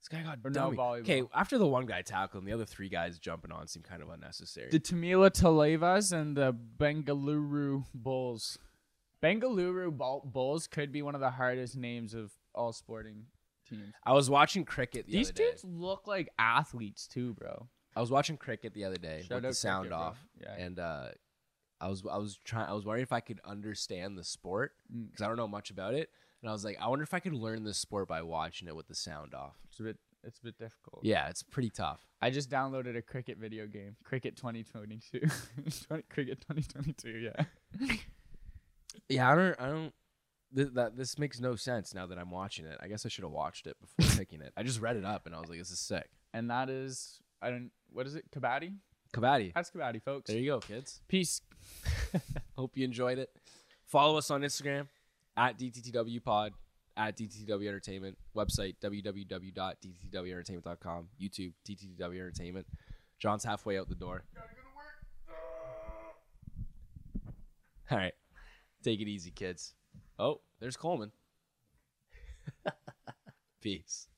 Speaker 1: This guy got
Speaker 2: Or no
Speaker 1: dummy.
Speaker 2: volleyball.
Speaker 1: Okay, after the one guy tackled him, the other three guys jumping on seemed kind of unnecessary.
Speaker 2: The Tamila Talevas and the Bengaluru Bulls. Bengaluru Bul- Bulls could be one of the hardest names of all sporting teams.
Speaker 1: I was watching cricket the
Speaker 2: These
Speaker 1: other day.
Speaker 2: teams look like athletes too, bro.
Speaker 1: I was watching cricket the other day
Speaker 2: Shout
Speaker 1: with the
Speaker 2: out
Speaker 1: sound
Speaker 2: cricket, bro.
Speaker 1: off,
Speaker 2: Yeah.
Speaker 1: and uh, I was I was trying I was wondering if I could understand the sport
Speaker 2: Mm.
Speaker 1: because I don't know much about it, and I was like, I wonder if I could learn this sport by watching it with the sound off.
Speaker 2: It's a bit it's a bit difficult.
Speaker 1: Yeah, it's pretty tough.
Speaker 2: I just downloaded a cricket video game. Cricket 2022. 20, cricket 2022, yeah.
Speaker 1: Yeah, I don't. I don't. Th- that this makes no sense now that I'm watching it. I guess I should have watched it before picking it. I just read it up and I was like, "This is sick."
Speaker 2: And that is I don't what is it? Kabaddi?
Speaker 1: Kabaddi.
Speaker 2: That's Kabaddi, folks.
Speaker 1: There you go, kids.
Speaker 2: Peace.
Speaker 1: Hope you enjoyed it. Follow us on Instagram at DTTW Pod, at DTTW Entertainment, website www.dttwentertainment.com, YouTube DTTW Entertainment. John's halfway out the door. All right. Take it easy, kids. Oh, there's Coleman. Peace.